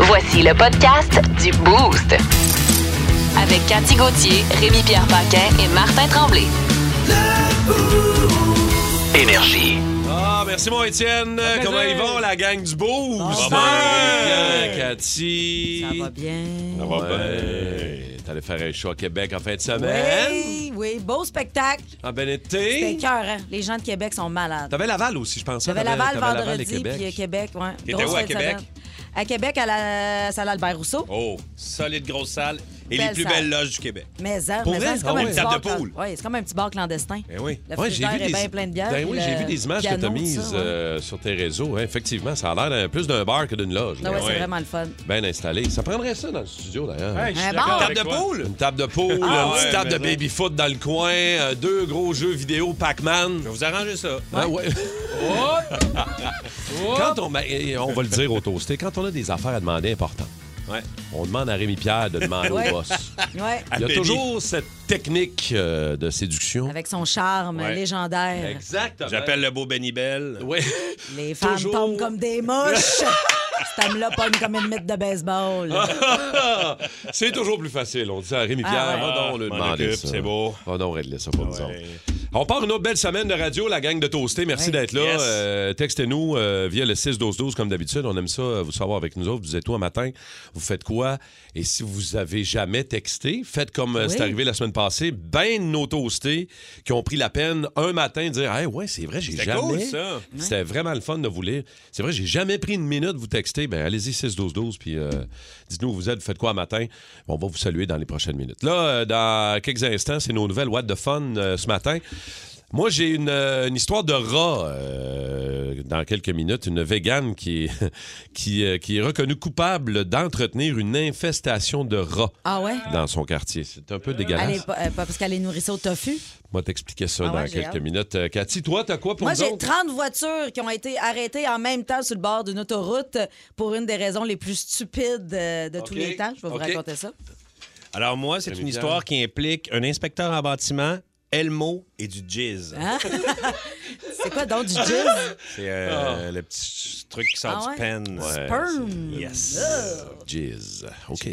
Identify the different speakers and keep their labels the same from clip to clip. Speaker 1: Voici le podcast du Boost. Avec Cathy Gauthier, Rémi-Pierre Paquin et Martin Tremblay.
Speaker 2: Énergie.
Speaker 3: Ah, merci mon Étienne. Comment ils vont, la gang du
Speaker 4: Ça
Speaker 3: Boost?
Speaker 4: va
Speaker 3: bien, Cathy.
Speaker 4: Ça va bien.
Speaker 3: Ça va bien. T'allais faire un show à Québec en fin de semaine.
Speaker 4: Oui, oui, beau spectacle.
Speaker 3: En ben
Speaker 4: C'était
Speaker 3: été.
Speaker 4: cœur, hein? Les gens de Québec sont malades.
Speaker 3: T'avais Laval aussi, je pensais.
Speaker 4: J'avais
Speaker 3: T'avais-
Speaker 4: Laval
Speaker 3: t'avais Laval et
Speaker 4: vendredi,
Speaker 3: Québec.
Speaker 4: puis euh, Québec, ouais.
Speaker 3: T'étais
Speaker 4: Grosse
Speaker 3: où à
Speaker 4: fin de
Speaker 3: Québec?
Speaker 4: semaine. À Québec, à la salle Albert Rousseau.
Speaker 3: Oh.
Speaker 5: Solide grosse salle et
Speaker 4: Belle
Speaker 5: les plus
Speaker 4: salle.
Speaker 5: belles loges du Québec.
Speaker 4: Mais, hein,
Speaker 3: Pour
Speaker 4: mais
Speaker 3: vrai?
Speaker 4: hein, c'est comme
Speaker 3: Ah
Speaker 4: un
Speaker 3: ouais.
Speaker 4: petit
Speaker 5: Table
Speaker 4: bar
Speaker 5: de poule.
Speaker 4: clan- ouais, c'est comme un petit bar clandestin.
Speaker 3: Ben oui.
Speaker 4: Le
Speaker 3: Ouais, j'ai vu
Speaker 4: frigidaire est
Speaker 3: des...
Speaker 4: bien plein de bières,
Speaker 3: Ben
Speaker 4: puis
Speaker 3: oui,
Speaker 4: le
Speaker 3: j'ai vu des images que
Speaker 4: piano,
Speaker 3: t'as
Speaker 4: tout
Speaker 3: mises
Speaker 4: ça, ouais.
Speaker 3: euh, sur tes réseaux. hein. Effectivement, ça a l'air d'un- plus d'un bar que d'une loge.
Speaker 4: Ah
Speaker 3: là.
Speaker 4: ouais, c'est
Speaker 5: Ouais.
Speaker 4: vraiment le fun.
Speaker 3: Bien installé. Ça prendrait ça dans le studio, d'ailleurs.
Speaker 5: Hey, je suis
Speaker 4: Un
Speaker 5: d'accord
Speaker 4: bar.
Speaker 5: avec
Speaker 3: Table de
Speaker 5: toi.
Speaker 3: poule. Une table de poule,
Speaker 5: Ah,
Speaker 3: une petite
Speaker 5: ouais,
Speaker 3: table de
Speaker 5: mais-
Speaker 3: baby-foot dans le coin, euh, deux gros jeux vidéo Pac-Man.
Speaker 5: Je vais vous arranger ça.
Speaker 3: Ah ouais. quand on, eh, on va le dire au toasté, quand on a des affaires à demander importantes,
Speaker 5: Ouais.
Speaker 3: on demande à Rémi Pierre de demander
Speaker 4: Ouais.
Speaker 3: au boss.
Speaker 4: Ouais.
Speaker 3: Il y a
Speaker 5: Benny.
Speaker 3: toujours cette technique euh, de séduction.
Speaker 4: Avec son charme
Speaker 5: Ouais.
Speaker 4: légendaire.
Speaker 3: Exactement.
Speaker 5: J'appelle le beau Benny Bell.
Speaker 3: Oui.
Speaker 4: Les femmes
Speaker 3: Toujours.
Speaker 4: tombent comme des mouches. Cette femme-là pogne comme une mythe de baseball.
Speaker 3: Ah. c'est toujours plus facile. On dit à Rémi Pierre,
Speaker 4: Ah ouais.
Speaker 3: va donc le
Speaker 5: Ah, m'en
Speaker 3: demander.
Speaker 5: occupe,
Speaker 3: ça.
Speaker 5: c'est beau.
Speaker 3: Va donc régler ça pour nous
Speaker 5: Ouais.
Speaker 3: autres. On part une autre belle semaine de radio, la gang de Toasté. Merci
Speaker 4: Ouais.
Speaker 3: d'être là.
Speaker 5: Yes.
Speaker 3: Euh, Textez-nous euh, via le 6-12-12 comme d'habitude. On aime ça, euh, vous savoir avec nous autres. Vous êtes tout un matin, vous faites quoi? Et si vous avez jamais texté, faites comme euh,
Speaker 4: Oui.
Speaker 3: c'est arrivé la semaine passée. Ben de nos Toastés qui ont pris la peine un matin de dire « Hey, ouais, c'est vrai, j'ai
Speaker 5: C'était
Speaker 3: jamais...
Speaker 5: cool, ça.
Speaker 3: C'était vraiment le fun de vous lire. C'est vrai, j'ai jamais pris une minute de vous texter. Ben, allez-y, 6-12-12, puis euh, dites-nous où vous êtes, vous faites quoi matin. On va vous saluer dans les prochaines minutes. Là, euh, dans quelques instants, c'est nos nouvelles What the Fun euh, ce matin. Moi, j'ai une, euh, une histoire de rat euh, dans quelques minutes. Une végane qui, qui, euh, qui est reconnue coupable d'entretenir une infestation de rats
Speaker 4: Ah ouais?
Speaker 3: dans son quartier. C'est un peu
Speaker 4: Elle
Speaker 3: dégueulasse.
Speaker 4: est pas, euh, pas parce qu'elle est nourrissée au tofu.
Speaker 3: Moi, t'expliquer ça
Speaker 4: Ah ouais,
Speaker 3: dans
Speaker 4: j'ai
Speaker 3: quelques
Speaker 4: hâte.
Speaker 3: minutes. Euh, Cathy, toi, t'as quoi pour
Speaker 4: Moi,
Speaker 3: nous
Speaker 4: j'ai
Speaker 3: autres?
Speaker 4: 30 voitures qui ont été arrêtées en même temps sur le bord d'une autoroute pour une des raisons les plus stupides euh, de tous
Speaker 3: Ok,
Speaker 4: les temps. Je vais
Speaker 3: ok.
Speaker 4: vous raconter ça.
Speaker 5: Alors, moi, c'est
Speaker 3: Rémi
Speaker 5: une
Speaker 3: Pierre.
Speaker 5: histoire qui implique un inspecteur en bâtiment, Elmo et du jizz.
Speaker 4: Ah. C'est quoi donc du jizz?
Speaker 5: C'est euh, le petit truc qui
Speaker 4: Ah
Speaker 5: sort du
Speaker 4: ouais?
Speaker 5: pen.
Speaker 4: Sperm.
Speaker 5: Yes.
Speaker 3: Jizz. OK.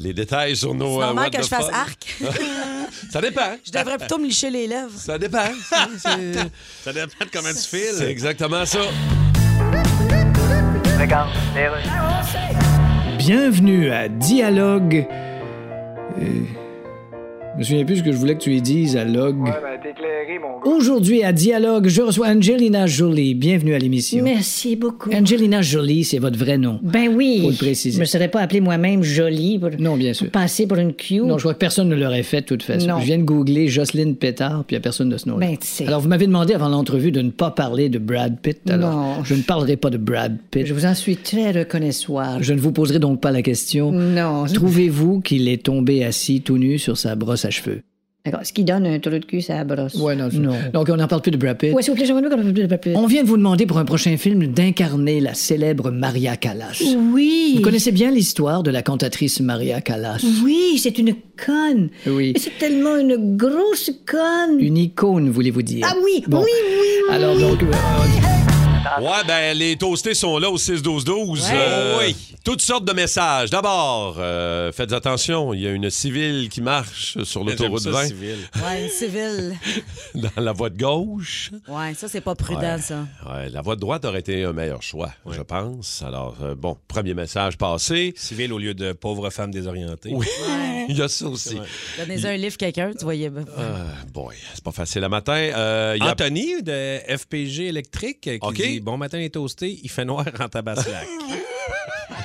Speaker 3: Les détails sur nos.
Speaker 4: C'est
Speaker 3: euh,
Speaker 4: normal
Speaker 3: What
Speaker 4: que
Speaker 3: the
Speaker 4: je fasse
Speaker 3: Fun.
Speaker 4: arc.
Speaker 3: Ça dépend.
Speaker 4: Je devrais plutôt me licher les lèvres.
Speaker 3: Ça dépend. C'est- c'est-
Speaker 5: Ça dépend de comment tu
Speaker 3: C'est
Speaker 5: files.
Speaker 3: exactement ça.
Speaker 6: Bienvenue à Dialogue. Euh, je me souviens plus ce que je voulais que tu lui dises à Log. Aujourd'hui à Dialogue, je reçois Angelina Jolie. Bienvenue à l'émission.
Speaker 7: Merci beaucoup.
Speaker 6: Angelina Jolie, c'est votre vrai nom.
Speaker 7: Ben oui.
Speaker 6: Faut le préciser.
Speaker 7: Je me serais pas appelé moi-même jolie pour
Speaker 6: Non, bien sûr.
Speaker 7: passer pour une Q.
Speaker 6: Non, je crois que personne ne l'aurait fait de toute façon.
Speaker 7: Non.
Speaker 6: Je viens de googler Jocelyne Pétard, puis il n'y a personne de ce nom-là.
Speaker 7: Ben, tu sais.
Speaker 6: Alors, vous m'avez demandé avant l'entrevue de ne pas parler de Brad Pitt. Alors,
Speaker 7: Non.
Speaker 6: je ne parlerai pas de Brad Pitt.
Speaker 7: Je vous en suis très reconnaissable.
Speaker 6: Je ne vous poserai donc pas la question.
Speaker 7: Non.
Speaker 6: Trouvez-vous qu'il est tombé assis tout nu sur sa brosse à cheveux?
Speaker 7: D'accord. Ce qui donne un trou de cul, ça brosse.
Speaker 6: Ouais, non, Donc, on n'en parle plus de Brad Pitt.
Speaker 7: Ouais, s'il vous plaît, j'aimerais mieux qu'on en parle pas plus.
Speaker 6: On vient de vous demander pour un prochain film d'incarner la célèbre Maria Callas.
Speaker 7: Oui.
Speaker 6: Vous connaissez bien l'histoire de la cantatrice Maria Callas.
Speaker 7: Oui, c'est une conne.
Speaker 6: Oui.
Speaker 7: Mais C'est tellement une grosse conne.
Speaker 6: Une icône, voulez-vous dire.
Speaker 7: Ah oui,
Speaker 6: Bon.
Speaker 7: oui, oui, oui.
Speaker 6: Alors donc, euh,
Speaker 3: Ouais, ben, les toastés sont là au 6-12-12. Euh,
Speaker 4: Oh
Speaker 3: Toutes sortes de messages. D'abord, euh, faites attention, il y a une civile qui marche sur l'autoroute
Speaker 5: J'aime ça,
Speaker 3: 20
Speaker 5: civil.
Speaker 4: Ouais, une civile.
Speaker 3: dans la voie de gauche.
Speaker 4: Ouais, ça, c'est pas prudent, ça.
Speaker 3: Ouais, la voie de droite aurait été un meilleur choix, je pense. Alors, euh, bon, premier message passé.
Speaker 5: Civil au lieu de pauvre femme désorientée.
Speaker 3: Oui, il y a ça aussi.
Speaker 4: Donnez un livre quelqu'un, tu voyais. bien.
Speaker 3: Euh, boy, c'est pas facile à matin. Euh, il y a-
Speaker 5: Anthony de FPG électrique euh, qui
Speaker 3: OK.
Speaker 5: dit Bon matin, les toastés, il fait noir en tabaslac.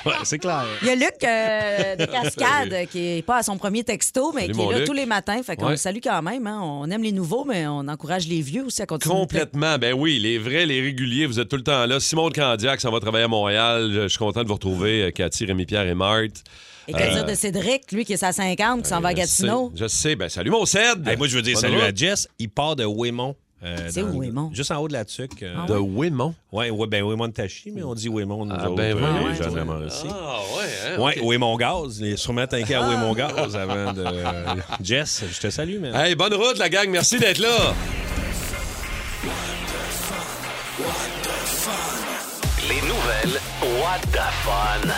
Speaker 5: ouais, c'est clair.
Speaker 4: Il y a Luc euh, de Cascade qui est pas à son premier texto, mais
Speaker 3: Salut,
Speaker 4: qui
Speaker 3: mon
Speaker 4: est là
Speaker 3: Luc.
Speaker 4: tous les matins. Fait qu'on
Speaker 3: Ouais.
Speaker 4: le salue quand même. hein. On aime les nouveaux, mais on encourage les vieux aussi à continuer. de texter.
Speaker 3: Complètement. Ben oui, les vrais, les réguliers, vous êtes tout le temps là. Simon de Candiac, ça va travailler à Montréal. Je suis content de vous retrouver. euh, Cathy, Rémi-Pierre et Marthe.
Speaker 4: Et
Speaker 5: Euh,
Speaker 4: que dire de Cédric, lui qui est à 50, qui s'en va à
Speaker 3: Je
Speaker 4: Gatineau.
Speaker 3: sais, Je sais. Ben salut, mon Ced.
Speaker 5: Hey, moi, je veux dire
Speaker 3: Bonne
Speaker 5: salut à
Speaker 3: route.
Speaker 5: Jess. Il part de Waymont. euh,
Speaker 4: C'est
Speaker 5: dans-
Speaker 4: où, Waymont? Ah
Speaker 5: Juste en haut de la tuque. euh,
Speaker 3: De Wimont.
Speaker 5: Ouais, ouais, ben Waymont Tachi, mais on dit Waymont, nous
Speaker 3: Ah,
Speaker 5: autres.
Speaker 3: ben,
Speaker 5: euh,
Speaker 3: ouais,
Speaker 5: les gens
Speaker 3: ouais.
Speaker 5: vraiment aussi.
Speaker 3: ouais,
Speaker 5: Ah, Ouais, hein, Waymont Gaz. Il est sûrement tanké à Waymont Gaz avant de. Jess, je te salue, man.
Speaker 3: Hey, bonne route, la gang. Merci d'être là.
Speaker 2: Les nouvelles What the Fun.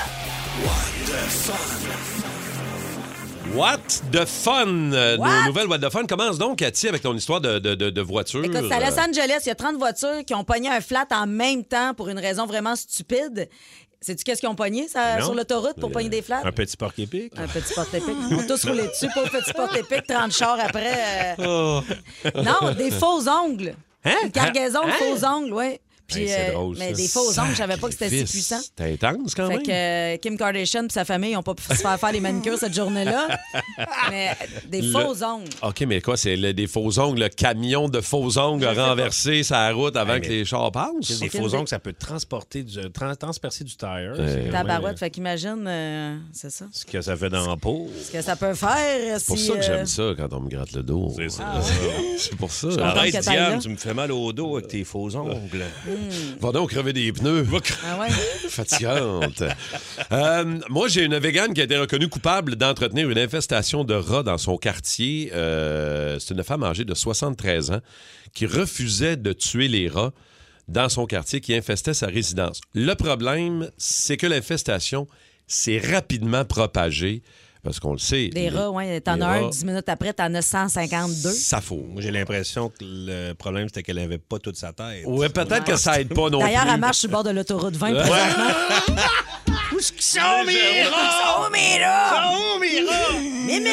Speaker 3: What the fun! Euh,
Speaker 4: What?
Speaker 3: Nos nouvelles What the fun commencent donc, Cathy, avec ton histoire de, de, de- de voiture.
Speaker 4: Écoute, c'est à
Speaker 5: euh,
Speaker 4: Los Angeles, il y a 30 voitures qui ont pogné un flat en même temps pour une raison vraiment stupide. Sais-tu qu'est-ce qu'ils ont pogné ça,
Speaker 5: Non.
Speaker 4: sur l'autoroute pour pogner des
Speaker 3: euh,
Speaker 4: flats?
Speaker 5: Un petit porc épique.
Speaker 4: Un petit porte-épique. On tous roulé dessus, pas au petit porte-épique, 30 chars après. euh. Non, des faux ongles.
Speaker 5: Oh. Hein?
Speaker 4: Une cargaison de
Speaker 5: Hein?
Speaker 4: faux ongles, oui. Puis,
Speaker 5: Hey, c'est
Speaker 4: euh,
Speaker 5: drôle,
Speaker 4: mais
Speaker 5: ça. Ah
Speaker 4: des faux ongles, je savais pas que c'était si
Speaker 3: Sacrifice.
Speaker 4: puissant.
Speaker 3: C'était intense quand
Speaker 4: Fait
Speaker 3: même.
Speaker 4: que euh, Kim Kardashian et sa famille n'ont pas pu se faire faire les manucures cette journée-là. Mais des
Speaker 3: Le-
Speaker 4: faux ongles.
Speaker 3: OK, mais quoi, c'est le- des faux ongles, le camion de faux ongles renversé sur la route avant
Speaker 5: Hey,
Speaker 3: que
Speaker 5: mais-
Speaker 3: les chars passent?
Speaker 5: Des
Speaker 4: Aucune
Speaker 5: faux
Speaker 4: idée.
Speaker 5: ongles, ça peut transporter du, trans- transpercer du tire.
Speaker 3: Euh,
Speaker 4: Tabarouette, fait qu'imagine, euh, c'est ça.
Speaker 5: Ce que ça fait dans la peau.
Speaker 4: Ce que ça peut faire euh, si...
Speaker 3: C'est pour ça que
Speaker 4: euh,
Speaker 3: j'aime ça quand on me gratte le dos.
Speaker 5: C'est ça.
Speaker 3: C'est pour ça.
Speaker 4: comprends.
Speaker 3: Arrête.
Speaker 5: Arrête,
Speaker 4: que t'ailles là.
Speaker 5: Diane, tu me fais mal au dos avec tes faux ongles.
Speaker 3: Va donc crever des pneus.
Speaker 4: Ah ouais?
Speaker 3: Fatigante. Euh, moi, j'ai une végane qui a été reconnue coupable d'entretenir une infestation de rats dans son quartier. Euh, c'est une femme âgée de 73 ans qui refusait de tuer les rats dans son quartier qui infestait sa résidence. Le problème, c'est que l'infestation s'est rapidement propagée parce qu'on le sait.
Speaker 4: Des
Speaker 3: les-
Speaker 4: rats, ouais. T'en
Speaker 3: les
Speaker 4: as un,
Speaker 3: rats,
Speaker 4: 10 minutes après, t'en as 152.
Speaker 3: Ça faut.
Speaker 5: Moi, j'ai l'impression que le problème, c'était qu'elle n'avait pas toute sa tête.
Speaker 3: Ouais, peut-être que ça aide pas non plus.
Speaker 4: D'ailleurs, elle marche sur le bord de l'autoroute 20 présentement. Où est-ce qu'ils sont, mes rats? Où sont mes rats?
Speaker 5: Oh, mes rats!
Speaker 4: Mimine!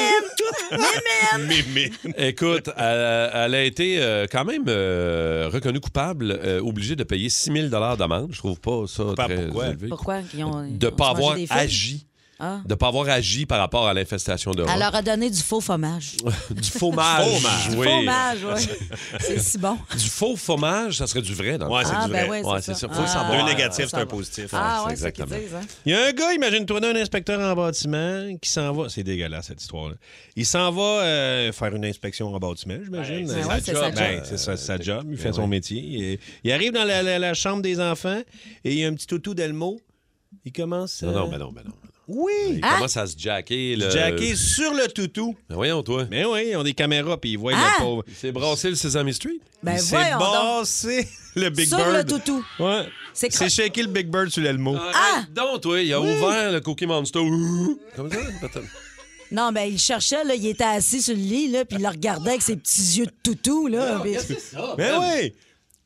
Speaker 4: Mimine!
Speaker 5: Mémé.
Speaker 3: Écoute, elle, elle a été euh, quand même euh, reconnue coupable, euh, obligée de payer 6 000 d'amende. Je trouve pas ça
Speaker 5: Coupable
Speaker 3: très
Speaker 5: pourquoi?
Speaker 3: élevé.
Speaker 4: Pourquoi? Ils ont,
Speaker 3: De
Speaker 4: ils ont
Speaker 3: pas
Speaker 4: mangé
Speaker 3: avoir
Speaker 4: des feuilles?
Speaker 3: agi.
Speaker 4: Ah.
Speaker 3: De pas avoir agi par rapport à l'infestation de
Speaker 4: Elle
Speaker 3: rats.
Speaker 4: leur a donné du faux fromage.
Speaker 3: Du fromage.
Speaker 5: Du fromage.
Speaker 3: oui.
Speaker 4: Faux fromage, oui. C'est si bon.
Speaker 3: Du faux fromage, ça serait du vrai. Dans le
Speaker 5: Ouais,
Speaker 3: fond.
Speaker 5: c'est
Speaker 4: Ah,
Speaker 5: du
Speaker 4: ben
Speaker 5: vrai.
Speaker 4: ouais,
Speaker 3: Ouais,
Speaker 4: c'est
Speaker 3: c'est
Speaker 4: ça.
Speaker 3: ça. Faut le savoir.
Speaker 5: Deux
Speaker 3: Ah,
Speaker 5: négatifs, c'est
Speaker 4: ça
Speaker 5: un
Speaker 4: va.
Speaker 5: positif.
Speaker 4: Ah,
Speaker 3: Ouais,
Speaker 4: ouais,
Speaker 3: c'est
Speaker 4: c'est ce qu'ils
Speaker 3: exactement.
Speaker 4: disent, hein.
Speaker 5: Il y a un gars, imagine-toi, d'un inspecteur en bâtiment qui s'en va. C'est dégueulasse, cette histoire-là. Il s'en va euh, faire une inspection en bâtiment, j'imagine.
Speaker 4: c'est
Speaker 5: Euh,
Speaker 4: ouais, c'est sa job. Euh,
Speaker 5: Ben, c'est ça, c'est sa job. Il fait son métier. Et il arrive dans la, la- la chambre des enfants et il y a un petit toutou d'Elmo. Il commence.
Speaker 3: Non,
Speaker 5: euh,
Speaker 4: Ah.
Speaker 3: non, ben non, ben non.
Speaker 5: Oui!
Speaker 3: Il
Speaker 4: Hein?
Speaker 3: commence à se jacker. Le...
Speaker 5: Jacké sur le toutou.
Speaker 3: Ben voyons, toi.
Speaker 5: Mais oui, ils ont des caméras, puis ils voient
Speaker 4: Ah!
Speaker 5: le pauvre.
Speaker 3: Il s'est brassé le Sesame Street.
Speaker 4: Ben
Speaker 5: il s'est
Speaker 4: voyons donc.
Speaker 5: bassé le Big
Speaker 4: Sur le
Speaker 5: Bird.
Speaker 4: toutou.
Speaker 5: Ouais.
Speaker 4: C'est Ah,
Speaker 5: C'est shaké le Big Bird sur l'Elmo.
Speaker 3: Arrête Donc, toi, il a ouvert le Cookie Monster. Comme ça, peut-être.
Speaker 4: Non, ben il cherchait, là, il était assis sur le lit, là, puis il le regardait avec ses petits yeux de toutou, là. puis-
Speaker 5: Mais Ben
Speaker 3: Ben
Speaker 5: oui!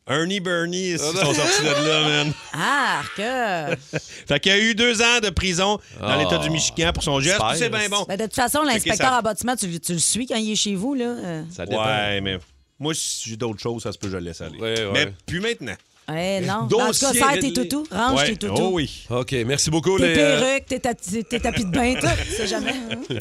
Speaker 5: Ernie
Speaker 3: Ah,
Speaker 5: Bernie, ils sont sortis de là, man.
Speaker 4: Ah, que...
Speaker 5: Fait qu'il y a eu deux ans de prison dans
Speaker 3: Ah.
Speaker 5: l'État du Michigan pour son geste.
Speaker 3: J'espère.
Speaker 5: C'est bien bon.
Speaker 4: Ben, de toute façon, l'inspecteur
Speaker 5: ça.
Speaker 4: en bâtiment, tu, le- tu le suis quand il est chez vous, là. euh.
Speaker 3: Ça dépend.
Speaker 5: Ouais, mais moi, si j'ai d'autres choses, ça se peut, je le laisse aller.
Speaker 3: Ouais, ouais.
Speaker 5: Mais puis maintenant.
Speaker 4: Ouais, non.
Speaker 3: Dossier
Speaker 4: en tout cas, serre tes
Speaker 3: réglé.
Speaker 4: toutous, range
Speaker 5: Ouais.
Speaker 4: tes toutous.
Speaker 5: Oh oui.
Speaker 3: OK, merci beaucoup.
Speaker 4: Tes
Speaker 3: les, euh,
Speaker 4: perruques, tes, ta- tes tapis de bain, tout. C'est jamais. hein.